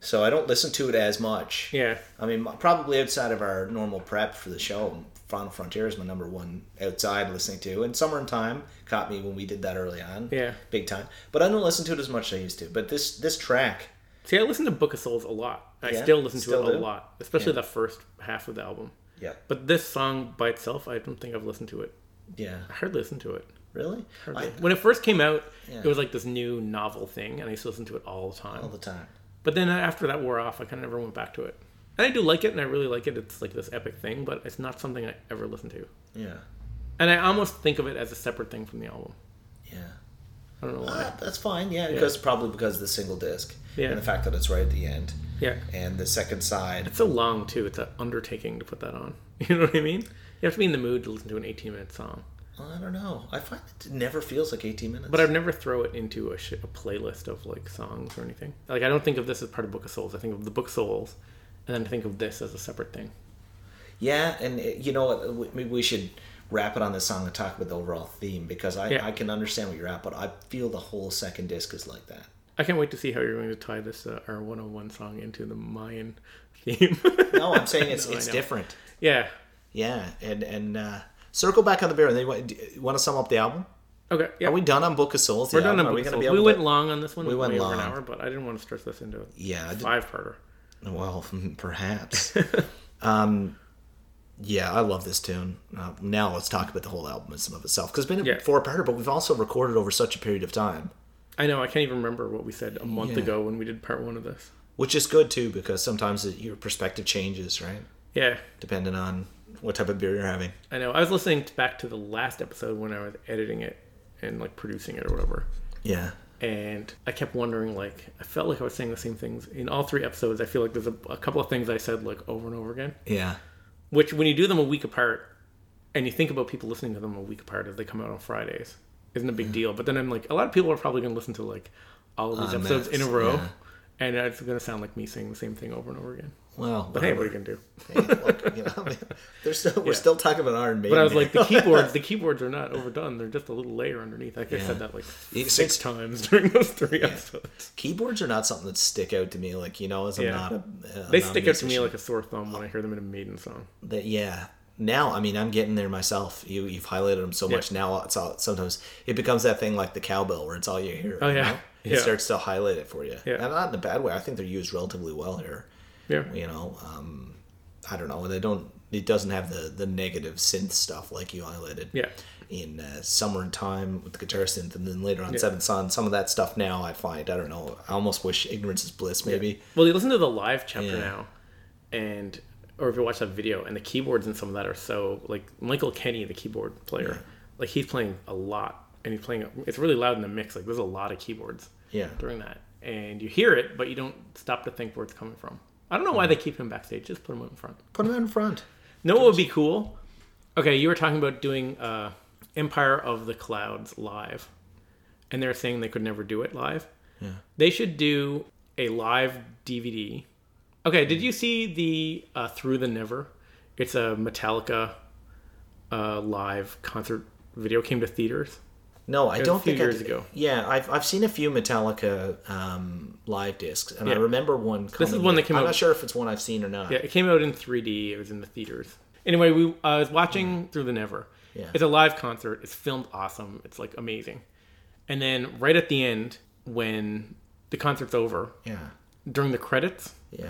[SPEAKER 1] So I don't listen to it as much.
[SPEAKER 2] Yeah.
[SPEAKER 1] I mean, probably outside of our normal prep for the show, Final Frontier is my number one outside listening to. And Summer in Time caught me when we did that early on.
[SPEAKER 2] Yeah.
[SPEAKER 1] Big time. But I don't listen to it as much as I used to. But this this track,
[SPEAKER 2] See, I listened to Book of Souls a lot. I
[SPEAKER 1] Yeah,
[SPEAKER 2] still listen to
[SPEAKER 1] still
[SPEAKER 2] it
[SPEAKER 1] do?
[SPEAKER 2] a lot, especially the first half of the album.
[SPEAKER 1] yeah,
[SPEAKER 2] But this song by itself, I don't think I've listened to it.
[SPEAKER 1] yeah,
[SPEAKER 2] I hardly listened to it.
[SPEAKER 1] really, I,
[SPEAKER 2] when it first came out,
[SPEAKER 1] Yeah.
[SPEAKER 2] it was like this new novel thing, and I used to listen to it all the time.
[SPEAKER 1] all the time.
[SPEAKER 2] But then after that wore off, I kind of never went back to it. And I do like it, and I really like it. It's like this epic thing, but it's not something I ever listen to.
[SPEAKER 1] Yeah,
[SPEAKER 2] And I almost think of it as a separate thing from the album.
[SPEAKER 1] yeah.
[SPEAKER 2] I don't know why.
[SPEAKER 1] Ah, that's fine. Yeah, because probably because of the single disc
[SPEAKER 2] Yeah.
[SPEAKER 1] and the fact that it's right at the end
[SPEAKER 2] yeah,
[SPEAKER 1] and the second side.
[SPEAKER 2] it's so long too. It's an undertaking to put that on. You know what I mean? You have to be in the mood to listen to an 18-minute song.
[SPEAKER 1] I don't know. I find it never feels like eighteen minutes.
[SPEAKER 2] But I'd never throw it into a, sh- a playlist of like songs or anything. Like I don't think of this as part of Book of Souls. I think of the Book of Souls, and then I think of this as a separate thing.
[SPEAKER 1] Yeah, and uh, you know what? w- Maybe we should wrap it on this song and talk about the overall theme because I,
[SPEAKER 2] Yeah.
[SPEAKER 1] I can understand what you're at, but I feel the whole second disc is like that.
[SPEAKER 2] I can't wait to see how you're going to tie this uh, our 101 song into the Mayan theme.
[SPEAKER 1] No, I'm saying it's
[SPEAKER 2] No, I
[SPEAKER 1] it's
[SPEAKER 2] know.
[SPEAKER 1] different.
[SPEAKER 2] yeah.
[SPEAKER 1] Yeah, and and uh, circle back on the bear. And they want, to sum up the album.
[SPEAKER 2] Okay. Yeah.
[SPEAKER 1] Are we done on Book of Souls?
[SPEAKER 2] We're done on
[SPEAKER 1] Are
[SPEAKER 2] Book
[SPEAKER 1] we
[SPEAKER 2] of
[SPEAKER 1] gonna
[SPEAKER 2] Souls.
[SPEAKER 1] be able
[SPEAKER 2] We,
[SPEAKER 1] to-
[SPEAKER 2] went long on this one.
[SPEAKER 1] We went
[SPEAKER 2] way over
[SPEAKER 1] long.
[SPEAKER 2] an hour, but I didn't want to stretch this into a
[SPEAKER 1] Yeah, I did-
[SPEAKER 2] five-parter.
[SPEAKER 1] well, perhaps. um, yeah, I love this tune. Uh, now let's talk about the whole album in some of itself because it's been a
[SPEAKER 2] Yeah.
[SPEAKER 1] four-parter, but we've also recorded over such a period of time.
[SPEAKER 2] I know. I can't even remember what we said a month
[SPEAKER 1] Yeah.
[SPEAKER 2] ago when we did part one of this.
[SPEAKER 1] which is good too because sometimes it, your perspective changes right
[SPEAKER 2] Yeah.
[SPEAKER 1] depending on what type of beer you're having
[SPEAKER 2] I know. I was listening t- back to the last episode when I was editing it and like producing it or whatever.
[SPEAKER 1] yeah
[SPEAKER 2] and I kept wondering, like, I felt like I was saying the same things in all three episodes. I feel like there's a, a couple of things I said like over and over again.
[SPEAKER 1] yeah
[SPEAKER 2] Which, when you do them a week apart, and you think about people listening to them a week apart as they come out on Fridays, isn't a big deal. But then I'm like, a lot of people are probably going to listen to like all of these
[SPEAKER 1] En
[SPEAKER 2] episodes in a
[SPEAKER 1] masse,
[SPEAKER 2] row,
[SPEAKER 1] Ah, yeah.
[SPEAKER 2] and it's going to sound like me saying the same thing over and over again.
[SPEAKER 1] well
[SPEAKER 2] But hey, what are you going to do?
[SPEAKER 1] look, you know, there's still, we're
[SPEAKER 2] Yeah.
[SPEAKER 1] still talking about Iron Maiden
[SPEAKER 2] But I was like,
[SPEAKER 1] here.
[SPEAKER 2] the keyboards, the keyboards are not overdone; they're just a little layer underneath. Like I
[SPEAKER 1] Yeah.
[SPEAKER 2] said that like
[SPEAKER 1] It's- it's-
[SPEAKER 2] six times during those three episodes.
[SPEAKER 1] keyboards are not something that stick out to me like you know as I'm
[SPEAKER 2] Yeah.
[SPEAKER 1] not a, a
[SPEAKER 2] They
[SPEAKER 1] not a
[SPEAKER 2] stick out to me
[SPEAKER 1] musician.
[SPEAKER 2] like a sore thumb when I hear them in a Maiden song.
[SPEAKER 1] that yeah now I mean I'm getting there myself you you've highlighted them so much now it's all sometimes it becomes that thing like the cowbell where it's all you hear
[SPEAKER 2] Oh,
[SPEAKER 1] you
[SPEAKER 2] yeah.
[SPEAKER 1] know? it
[SPEAKER 2] Yeah.
[SPEAKER 1] starts to highlight it for you
[SPEAKER 2] Yeah.
[SPEAKER 1] and not in a bad way I think they're used relatively well here
[SPEAKER 2] Yeah.
[SPEAKER 1] you know um i don't know they don't it doesn't have the the negative synth stuff like you highlighted
[SPEAKER 2] Yeah.
[SPEAKER 1] in uh, summer in time with the guitar synth and then later on seven sun some of that stuff now i find i don't know i almost wish ignorance is bliss maybe
[SPEAKER 2] Well, you listen to the live chapter
[SPEAKER 1] Yeah.
[SPEAKER 2] now, and or if you watch that video, and the keyboards in some of that are so like Michael Kenny, the keyboard player, like he's playing a lot, and he's playing. It's really loud in the mix. Like there's a lot of keyboards.
[SPEAKER 1] Yeah.
[SPEAKER 2] During that, and you hear it, but you don't stop to think where it's coming from. I don't know
[SPEAKER 1] Mm-hmm.
[SPEAKER 2] why they keep him backstage. Just put him out in front.
[SPEAKER 1] put them in front
[SPEAKER 2] No, what would be cool? Okay, you were talking about doing uh, Empire of the Clouds live, and they're saying they could never do it live. Yeah. They should do a live DVD. Okay, did you see the uh, Through the Never? It's a Metallica uh, live concert video came to theaters.
[SPEAKER 1] No, I
[SPEAKER 2] was
[SPEAKER 1] don't
[SPEAKER 2] a few
[SPEAKER 1] think I-
[SPEAKER 2] years ago.
[SPEAKER 1] Yeah, I've, I've seen a few Metallica um, live discs, and I
[SPEAKER 2] Yeah.
[SPEAKER 1] remember one. Coming
[SPEAKER 2] is one that came
[SPEAKER 1] I'm
[SPEAKER 2] out-
[SPEAKER 1] not sure if it's one I've seen or not.
[SPEAKER 2] Yeah, it came out in 3D. It was in the theaters. Anyway, we I was watching through the Never.
[SPEAKER 1] Yeah.
[SPEAKER 2] It's a live concert. It's filmed awesome. It's like amazing. And then right at the end, when the concert's over,
[SPEAKER 1] yeah,
[SPEAKER 2] during the credits,
[SPEAKER 1] yeah.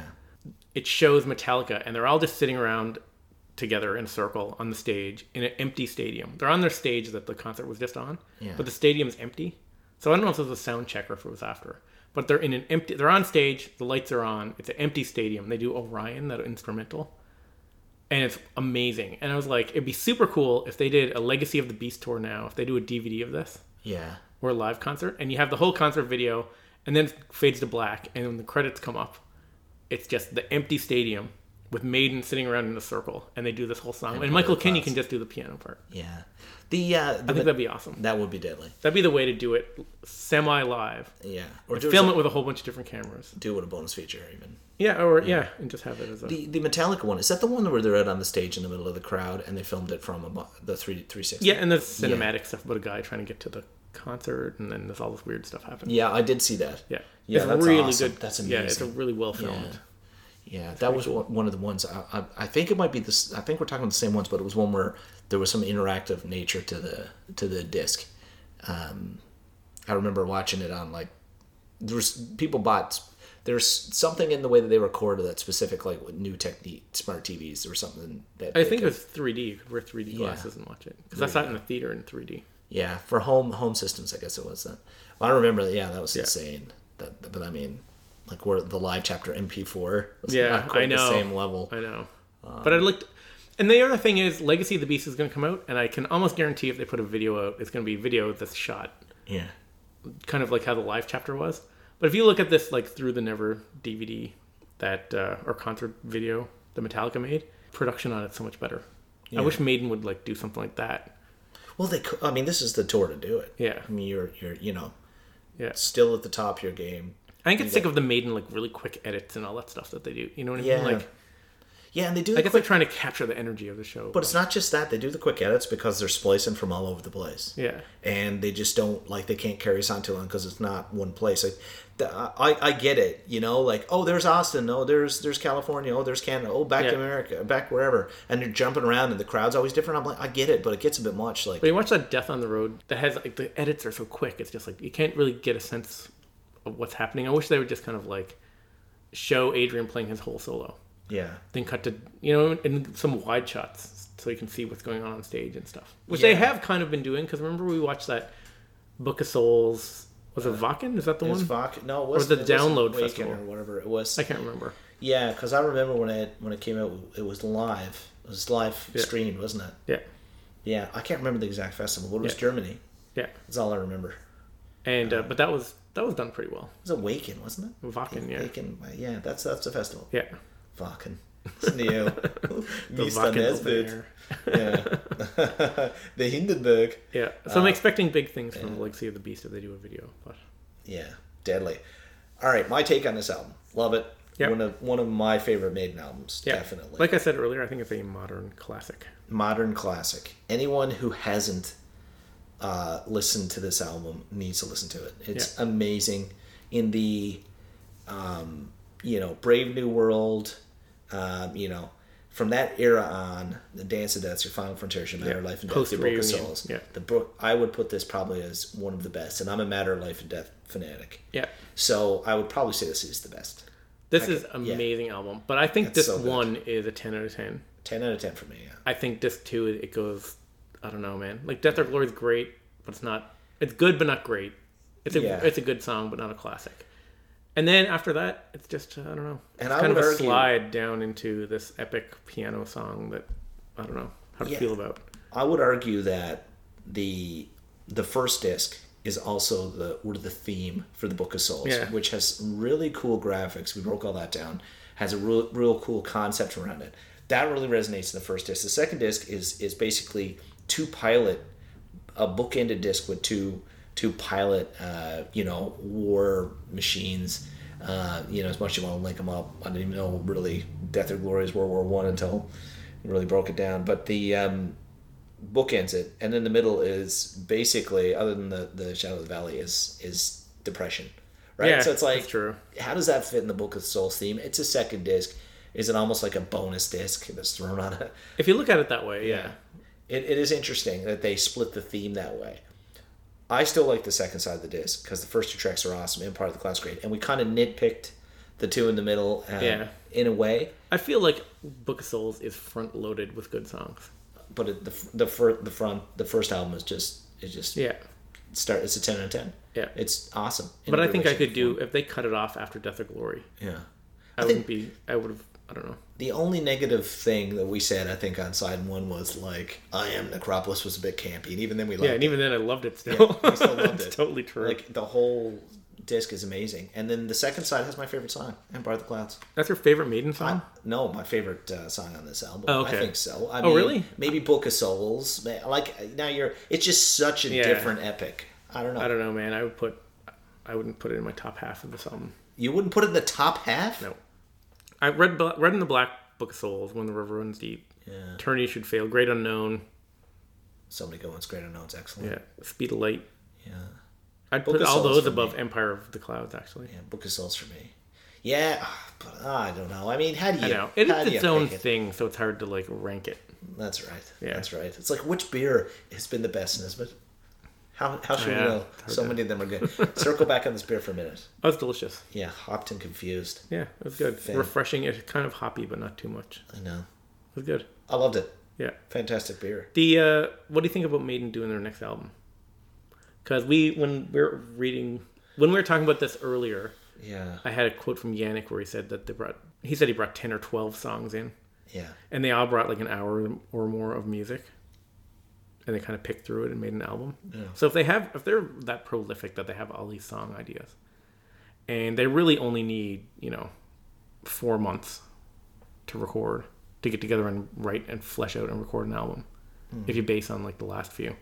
[SPEAKER 2] it shows Metallica, and they're all just sitting around together in a circle on the stage in an empty stadium. They're on their stage that the concert was just on,
[SPEAKER 1] Yeah.
[SPEAKER 2] but the stadium's empty. So I don't know if this was a sound check or if it was after. But they're in an empty. They're on stage. The lights are on. It's an empty stadium. They do Orion, that instrumental, and it's amazing. And I was like, it'd be super cool if they did a Legacy of the Beast tour now. If they do a DVD of this
[SPEAKER 1] Yeah.
[SPEAKER 2] or a live concert, and you have the whole concert video, and then it fades to black, and when the credits come up, it's just the empty stadium with Maiden sitting around in a circle, and they do this whole song. And, Michael Kinney can just do the piano part.
[SPEAKER 1] Yeah. The uh the,
[SPEAKER 2] I think that'd be awesome.
[SPEAKER 1] that would be deadly.
[SPEAKER 2] That'd be the way to do it, semi live.
[SPEAKER 1] Yeah. Or do
[SPEAKER 2] Film it with a whole bunch of different cameras.
[SPEAKER 1] do it a bonus feature even.
[SPEAKER 2] Yeah, or yeah, and just have it as a.
[SPEAKER 1] The the Metallica one is that the one where they're out on the stage in the middle of the crowd and they filmed it from abo- the three three sixty.
[SPEAKER 2] yeah, and the cinematic stuff about a guy trying to get to the concert, and then there's all this weird stuff happening.
[SPEAKER 1] Yeah, I did see that.
[SPEAKER 2] Yeah.
[SPEAKER 1] Yeah,
[SPEAKER 2] it's
[SPEAKER 1] that's
[SPEAKER 2] really
[SPEAKER 1] awesome.
[SPEAKER 2] good.
[SPEAKER 1] That's
[SPEAKER 2] Yeah, it's a
[SPEAKER 1] amazing.
[SPEAKER 2] really well filmed.
[SPEAKER 1] Yeah, that was one one of the ones. I, I, I think it might be this. I think we're talking about the same ones, but it was one where there was some interactive nature to the to the disc. Um, I remember watching it on like there was people bought. There's something in the way that they recorded that specific, like with new technique, smart TVs or something that
[SPEAKER 2] I
[SPEAKER 1] they
[SPEAKER 2] think it
[SPEAKER 1] could-
[SPEAKER 2] was 3D. You could wear 3D glasses and watch it because I saw it in the theater in 3D.
[SPEAKER 1] yeah for home home systems. I guess it was then. Well, I remember that. Yeah, that was insane. That, but I mean, like where the live chapter MP4 was
[SPEAKER 2] Yeah,
[SPEAKER 1] not quite
[SPEAKER 2] I know.
[SPEAKER 1] the same level.
[SPEAKER 2] I know,
[SPEAKER 1] Um,
[SPEAKER 2] but I looked. And the other thing is, Legacy of the Beast is going to come out, and I can almost guarantee if they put a video out, it's going to be video that's shot,
[SPEAKER 1] Yeah,
[SPEAKER 2] kind of like how the live chapter was. But if you look at this, like through the Never DVD, that uh, or concert video that Metallica made, production on it's so much better. I wish Maiden would like do something like that.
[SPEAKER 1] Well, they. cou- I mean, this is the tour to do it.
[SPEAKER 2] Yeah.
[SPEAKER 1] I mean, you're you're you know
[SPEAKER 2] Yeah,
[SPEAKER 1] still at the top of your game.
[SPEAKER 2] I think it's sick of the Maiden like really quick edits and all that stuff that they do. You know what I mean?
[SPEAKER 1] Yeah.
[SPEAKER 2] Like,
[SPEAKER 1] Yeah, and they do.
[SPEAKER 2] I
[SPEAKER 1] The
[SPEAKER 2] guess
[SPEAKER 1] quick,
[SPEAKER 2] like trying to capture the energy of the show.
[SPEAKER 1] but it's not just that they do the quick edits because they're splicing from all over the place.
[SPEAKER 2] yeah,
[SPEAKER 1] And they just don't like they can't carry us on too long because it's not one place. Like, the, I I get it, you know, like oh there's Austin, oh there's there's California, oh there's Canada, oh back to
[SPEAKER 2] Yeah.
[SPEAKER 1] America, back wherever, and they're jumping around and the crowd's always different. I'm like I get it, but it gets a bit much. Like
[SPEAKER 2] But you watch that Death on the Road that has like the edits are so quick. It's just like you can't really get a sense of what's happening. I wish they would just kind of like show Adrian playing his whole solo,
[SPEAKER 1] yeah,
[SPEAKER 2] then cut to you know in some wide shots so you can see what's going on on stage and stuff, which they
[SPEAKER 1] Yeah.
[SPEAKER 2] have kind of been doing. Because remember we watched that Book of Souls. Was it Vakken? Is that the
[SPEAKER 1] Uh, it was
[SPEAKER 2] one?
[SPEAKER 1] Vok- no, it wasn't,
[SPEAKER 2] the
[SPEAKER 1] it wasn't
[SPEAKER 2] Download
[SPEAKER 1] Wacken
[SPEAKER 2] Festival.
[SPEAKER 1] or whatever it was.
[SPEAKER 2] I can't remember.
[SPEAKER 1] Yeah, because I remember when it when it came out, it was live. It was live streamed, wasn't it?
[SPEAKER 2] Yeah,
[SPEAKER 1] Yeah, I can't remember the exact festival, but it was
[SPEAKER 2] Yeah.
[SPEAKER 1] Germany.
[SPEAKER 2] yeah.
[SPEAKER 1] That's all I remember. It
[SPEAKER 2] And uh, but that was that was done pretty well.
[SPEAKER 1] was Awaken, wasn't it?
[SPEAKER 2] Vakken, yeah,
[SPEAKER 1] Wacken, yeah, that's that's the festival.
[SPEAKER 2] yeah.
[SPEAKER 1] Wacken. Listen to you.
[SPEAKER 2] The
[SPEAKER 1] Meest
[SPEAKER 2] Wacken
[SPEAKER 1] Nesbit.
[SPEAKER 2] open air.
[SPEAKER 1] Yeah. the Hindenburg.
[SPEAKER 2] Yeah, so I'm
[SPEAKER 1] Uh,
[SPEAKER 2] expecting big things from Legacy of the Beast if they do a video. But
[SPEAKER 1] Yeah, deadly. All right, my take on this album. Love it.
[SPEAKER 2] Yeah.
[SPEAKER 1] One of one of my favorite Maiden albums,
[SPEAKER 2] Yeah.
[SPEAKER 1] definitely.
[SPEAKER 2] Like I said earlier, I think it's a modern classic.
[SPEAKER 1] modern classic. Anyone who hasn't uh, listened to this album needs to listen to it. It's
[SPEAKER 2] Yeah.
[SPEAKER 1] amazing. In the, um, you know, Brave New World, um, you know, from that era on, the Dance of Deaths, your Final Frontier, your Matter of Life and Death,
[SPEAKER 2] Post
[SPEAKER 1] your Book of
[SPEAKER 2] Reunion,
[SPEAKER 1] Souls.
[SPEAKER 2] yeah.
[SPEAKER 1] The book I would put this probably as one of the best, and I'm a Matter of Life and Death fanatic.
[SPEAKER 2] Yeah.
[SPEAKER 1] So I would probably say this is the best.
[SPEAKER 2] This is
[SPEAKER 1] could- yeah.
[SPEAKER 2] amazing album, but I think
[SPEAKER 1] It's
[SPEAKER 2] this
[SPEAKER 1] so good.
[SPEAKER 2] one is a 10 out of 10.
[SPEAKER 1] Ten out of ten for me. Yeah.
[SPEAKER 2] I think this too, it goes, I don't know, man. Like Death or Glory is great, but it's not, it's good, but not great. It's a,
[SPEAKER 1] Yeah.
[SPEAKER 2] it's a good song, but not a classic. And then after that, it's just, I don't know. It's
[SPEAKER 1] And I
[SPEAKER 2] kind of
[SPEAKER 1] would
[SPEAKER 2] a
[SPEAKER 1] argue-
[SPEAKER 2] slide down into this epic piano song that I don't know how to
[SPEAKER 1] Yeah.
[SPEAKER 2] feel about.
[SPEAKER 1] I would argue that the the first disc is also the or the theme for the Book of Souls,
[SPEAKER 2] Yeah.
[SPEAKER 1] which has some really cool graphics. We broke all that down. Has a real real cool concept around it. That really resonates in the first disc. The second disc is is basically two pilot a bookended disc with two two pilot uh, you know war machines. Uh, you know, as much as you want to link them up, I didn't even know really Death or Glory is World War One until I really broke it down. But the um, bookends it, and then the middle is basically, other than the, the Shadow of the Valley, is is depression, right?
[SPEAKER 2] Yeah,
[SPEAKER 1] so it's like,
[SPEAKER 2] that's true.
[SPEAKER 1] how does that fit in the Book of Souls theme? It's a second disc. Is it almost like a bonus disc that's thrown on it?
[SPEAKER 2] If you look at it that way, yeah.
[SPEAKER 1] It, it is interesting that they split the theme that way. I still like the second side of the disc because the first two tracks are awesome and part of the class grade, and we kind of nitpicked the two in the middle. Uh,
[SPEAKER 2] Yeah.
[SPEAKER 1] in a way.
[SPEAKER 2] I feel like Book of Souls is front loaded with good songs.
[SPEAKER 1] but it, the f- the fir- the front the first album is just it just
[SPEAKER 2] Yeah.
[SPEAKER 1] start it's a ten out of ten.
[SPEAKER 2] Yeah.
[SPEAKER 1] it's awesome. in
[SPEAKER 2] But I
[SPEAKER 1] every
[SPEAKER 2] think
[SPEAKER 1] way,
[SPEAKER 2] I
[SPEAKER 1] shape,
[SPEAKER 2] could do if they cut it off after Death or Glory.
[SPEAKER 1] and form. Yeah.
[SPEAKER 2] I, wouldn't be. I would have. I don't know.
[SPEAKER 1] The only negative thing that we said I think on side one was like I am Necropolis was a bit campy, and even then we
[SPEAKER 2] Yeah,
[SPEAKER 1] liked
[SPEAKER 2] and even then I loved it still.
[SPEAKER 1] I still loved
[SPEAKER 2] It's
[SPEAKER 1] it.
[SPEAKER 2] Totally true.
[SPEAKER 1] like the whole disc is amazing, and then the second side has my favorite song, Empire of the Clouds.
[SPEAKER 2] That's your favorite Maiden song?
[SPEAKER 1] No, my favorite uh, song on this album.
[SPEAKER 2] Oh,
[SPEAKER 1] I
[SPEAKER 2] okay.
[SPEAKER 1] think so. I
[SPEAKER 2] Oh, really?
[SPEAKER 1] Maybe Book of Souls. Ma- Like now you're. It's just such a
[SPEAKER 2] Yeah.
[SPEAKER 1] different epic. I don't know.
[SPEAKER 2] I don't know, man. I would put. I wouldn't put it in my top half of this album.
[SPEAKER 1] You wouldn't put it in the top half.
[SPEAKER 2] No. I read Bla- Red in the Black Book of Souls, When the River Runs Deep.
[SPEAKER 1] Yeah.
[SPEAKER 2] Attorney Should Fail, Great Unknown.
[SPEAKER 1] Somebody go on Great Unknown's excellent.
[SPEAKER 2] Yeah. Speed of Light.
[SPEAKER 1] Yeah.
[SPEAKER 2] I'd
[SPEAKER 1] Book
[SPEAKER 2] put
[SPEAKER 1] of
[SPEAKER 2] all
[SPEAKER 1] Souls
[SPEAKER 2] those
[SPEAKER 1] for
[SPEAKER 2] above
[SPEAKER 1] me.
[SPEAKER 2] Empire of the Clouds, actually.
[SPEAKER 1] Yeah, Book of Souls for me. Yeah, ah, but ah, I don't know. I mean, how do you?
[SPEAKER 2] I know. It
[SPEAKER 1] how
[SPEAKER 2] is
[SPEAKER 1] do
[SPEAKER 2] its
[SPEAKER 1] you
[SPEAKER 2] own
[SPEAKER 1] pick it?
[SPEAKER 2] thing, so it's hard to like rank it.
[SPEAKER 1] That's right.
[SPEAKER 2] Yeah.
[SPEAKER 1] That's right. It's like which beer has been the best, Nisbet? How how should
[SPEAKER 2] yeah,
[SPEAKER 1] we know?
[SPEAKER 2] it's hard
[SPEAKER 1] So
[SPEAKER 2] to-
[SPEAKER 1] many of them are good. Circle back on this beer for a minute.
[SPEAKER 2] Oh, it's delicious.
[SPEAKER 1] Yeah, hopped and confused.
[SPEAKER 2] Yeah, it was good. Refreshing. It's kind of hoppy, but not too much.
[SPEAKER 1] I know.
[SPEAKER 2] It was good.
[SPEAKER 1] I loved it.
[SPEAKER 2] Yeah.
[SPEAKER 1] Fantastic beer.
[SPEAKER 2] The uh, what do you think about Maiden doing their next album? Because we when we were reading when we were talking about this earlier,
[SPEAKER 1] Yeah.
[SPEAKER 2] I had a quote from Yannick where he said that they brought he said he brought ten or twelve songs in,
[SPEAKER 1] Yeah.
[SPEAKER 2] and they all brought like an hour or more of music, and they kind of picked through it and made an album. So if they have if they're that prolific that they have all these song ideas, and they really only need you know four months to record to get together and write and flesh out and record an album if you base on like the last few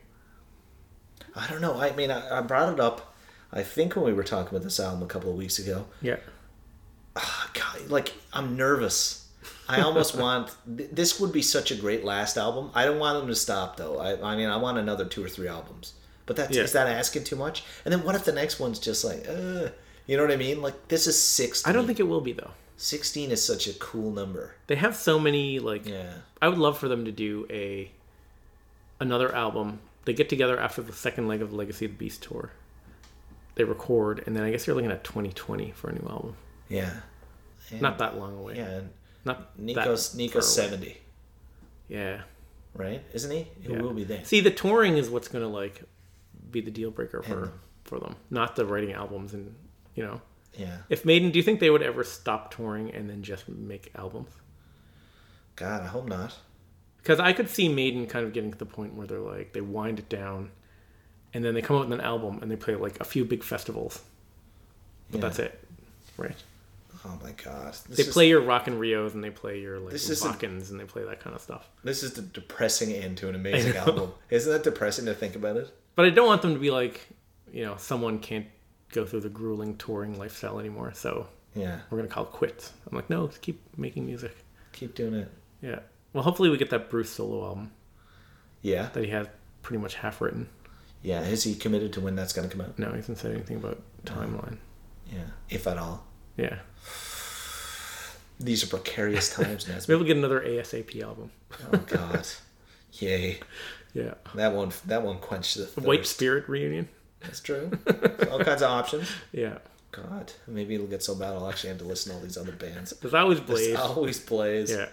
[SPEAKER 1] I don't know. I mean, I, I brought it up. I think when we were talking about this album a couple of weeks ago.
[SPEAKER 2] yeah
[SPEAKER 1] God, like I'm nervous. I almost want th- this would be such a great last album. I don't want them to stop though. I, I mean, I want another two or three albums. But that's
[SPEAKER 2] Yeah.
[SPEAKER 1] is that asking too much? And then what if the next one's just like, uh, you know what I mean? Like this is sixteen.
[SPEAKER 2] i don't think it will be though
[SPEAKER 1] sixteen is such a cool number.
[SPEAKER 2] they have so many like
[SPEAKER 1] Yeah,
[SPEAKER 2] i would love for them to do a another album they get together after the second leg of the legacy of the beast tour they record and then i guess you're looking at 2020 for a new album
[SPEAKER 1] yeah,
[SPEAKER 2] not that long away
[SPEAKER 1] yeah. And
[SPEAKER 2] not that
[SPEAKER 1] Nico's Nico's
[SPEAKER 2] far away.
[SPEAKER 1] seventy,
[SPEAKER 2] yeah
[SPEAKER 1] right? Isn't he? He
[SPEAKER 2] Yeah.
[SPEAKER 1] will be there.
[SPEAKER 2] See, the touring is what's gonna like be the deal breaker for for them, not the writing albums and you know.
[SPEAKER 1] Yeah.
[SPEAKER 2] If Maiden, do you think they would ever stop touring and then just make albums?
[SPEAKER 1] God, I hope not.
[SPEAKER 2] Because I could see Maiden kind of getting to the point where they're like they wind it down, and then they come out with an album and they play like a few big festivals, but that's it, right?
[SPEAKER 1] Oh my God, this
[SPEAKER 2] They
[SPEAKER 1] is-
[SPEAKER 2] play your Rock and Rios and they play your like
[SPEAKER 1] This isn't-
[SPEAKER 2] Rockins and they play that kind of stuff.
[SPEAKER 1] This is the depressing end to an amazing album. Isn't that depressing to think about it?
[SPEAKER 2] But I don't want them to be like, you know, someone can't go through the grueling touring lifestyle anymore, so
[SPEAKER 1] Yeah.
[SPEAKER 2] we're gonna call it quits. I'm like, no, just keep making music.
[SPEAKER 1] Keep doing it.
[SPEAKER 2] Yeah. Well, hopefully we get that Bruce solo album
[SPEAKER 1] Yeah.
[SPEAKER 2] that he has pretty much half written.
[SPEAKER 1] Yeah. Is he committed to when that's going to come out?
[SPEAKER 2] No, he hasn't said anything about timeline.
[SPEAKER 1] Yeah. If at all.
[SPEAKER 2] Yeah.
[SPEAKER 1] These are precarious times,
[SPEAKER 2] Maybe
[SPEAKER 1] Nesbitt.
[SPEAKER 2] we'll get another ASAP album.
[SPEAKER 1] oh, God. Yay.
[SPEAKER 2] Yeah.
[SPEAKER 1] That won't, that won't quench the thirst.
[SPEAKER 2] White Spirit reunion.
[SPEAKER 1] That's true. all kinds of options.
[SPEAKER 2] Yeah.
[SPEAKER 1] God. Maybe it'll get so bad I'll actually have to listen to all these other bands.
[SPEAKER 2] Because I was
[SPEAKER 1] This
[SPEAKER 2] Blaze.
[SPEAKER 1] always plays.
[SPEAKER 2] Yeah. It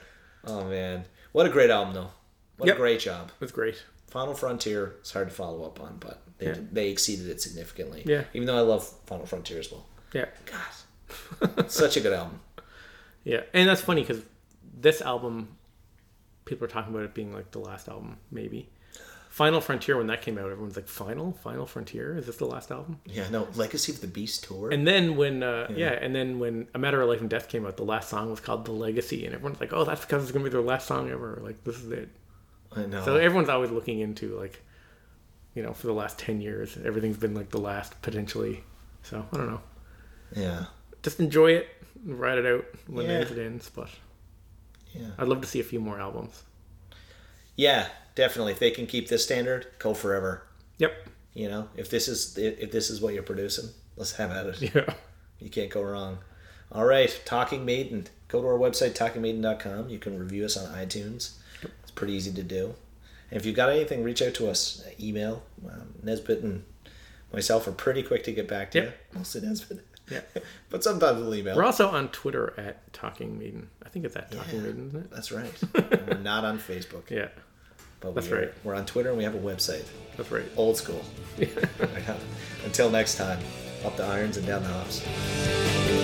[SPEAKER 1] Oh, man. What a great album, though. What
[SPEAKER 2] Yep.
[SPEAKER 1] a great job.
[SPEAKER 2] was great.
[SPEAKER 1] Final Frontier is hard to follow up on, but they,
[SPEAKER 2] Yeah.
[SPEAKER 1] they exceeded it significantly.
[SPEAKER 2] Yeah.
[SPEAKER 1] Even though I love Final Frontier as well.
[SPEAKER 2] Yeah.
[SPEAKER 1] God. Such a good album.
[SPEAKER 2] Yeah. And that's funny because this album, people are talking about it being like the last album, maybe. Final Frontier, when that came out, everyone's like, Final? Final Frontier? Is this the last album?
[SPEAKER 1] Yeah, no, Legacy of the Beast tour.
[SPEAKER 2] And then when uh, yeah. and then when A Matter of Life and Death came out, the last song was called "The Legacy," and everyone's like, "Oh, that's because it's gonna be their last song ever. Like this is it."
[SPEAKER 1] I know.
[SPEAKER 2] So everyone's always looking into like, you know, for the last ten years, everything's been like the last potentially. So I don't know.
[SPEAKER 1] yeah,
[SPEAKER 2] Just enjoy it, and ride it out when
[SPEAKER 1] Yeah.
[SPEAKER 2] it ends. But
[SPEAKER 1] yeah,
[SPEAKER 2] I'd love to see a few more albums.
[SPEAKER 1] yeah. definitely. If they can keep this standard, go forever.
[SPEAKER 2] Yep.
[SPEAKER 1] You know, if this is if this is what you're producing, let's have at it.
[SPEAKER 2] Yeah.
[SPEAKER 1] You can't go wrong. All right, Talking Maiden. Go to our website, talkingmaiden.com. You can review us on iTunes. It's pretty easy to do. And if you've got anything, reach out to us. Email. Um, Nesbitt and myself are pretty quick to get back to
[SPEAKER 2] Yep.
[SPEAKER 1] you. Mostly Nesbitt.
[SPEAKER 2] Yeah.
[SPEAKER 1] but sometimes we'll email.
[SPEAKER 2] We're also on Twitter at Talking Maiden. I think it's at Talking Maiden, isn't it?
[SPEAKER 1] That's right. we're not on Facebook.
[SPEAKER 2] Yeah.
[SPEAKER 1] but
[SPEAKER 2] that's
[SPEAKER 1] we are-
[SPEAKER 2] right.
[SPEAKER 1] We're on Twitter and we have a website.
[SPEAKER 2] That's right.
[SPEAKER 1] Old school. Until next time, up the irons and down the hops.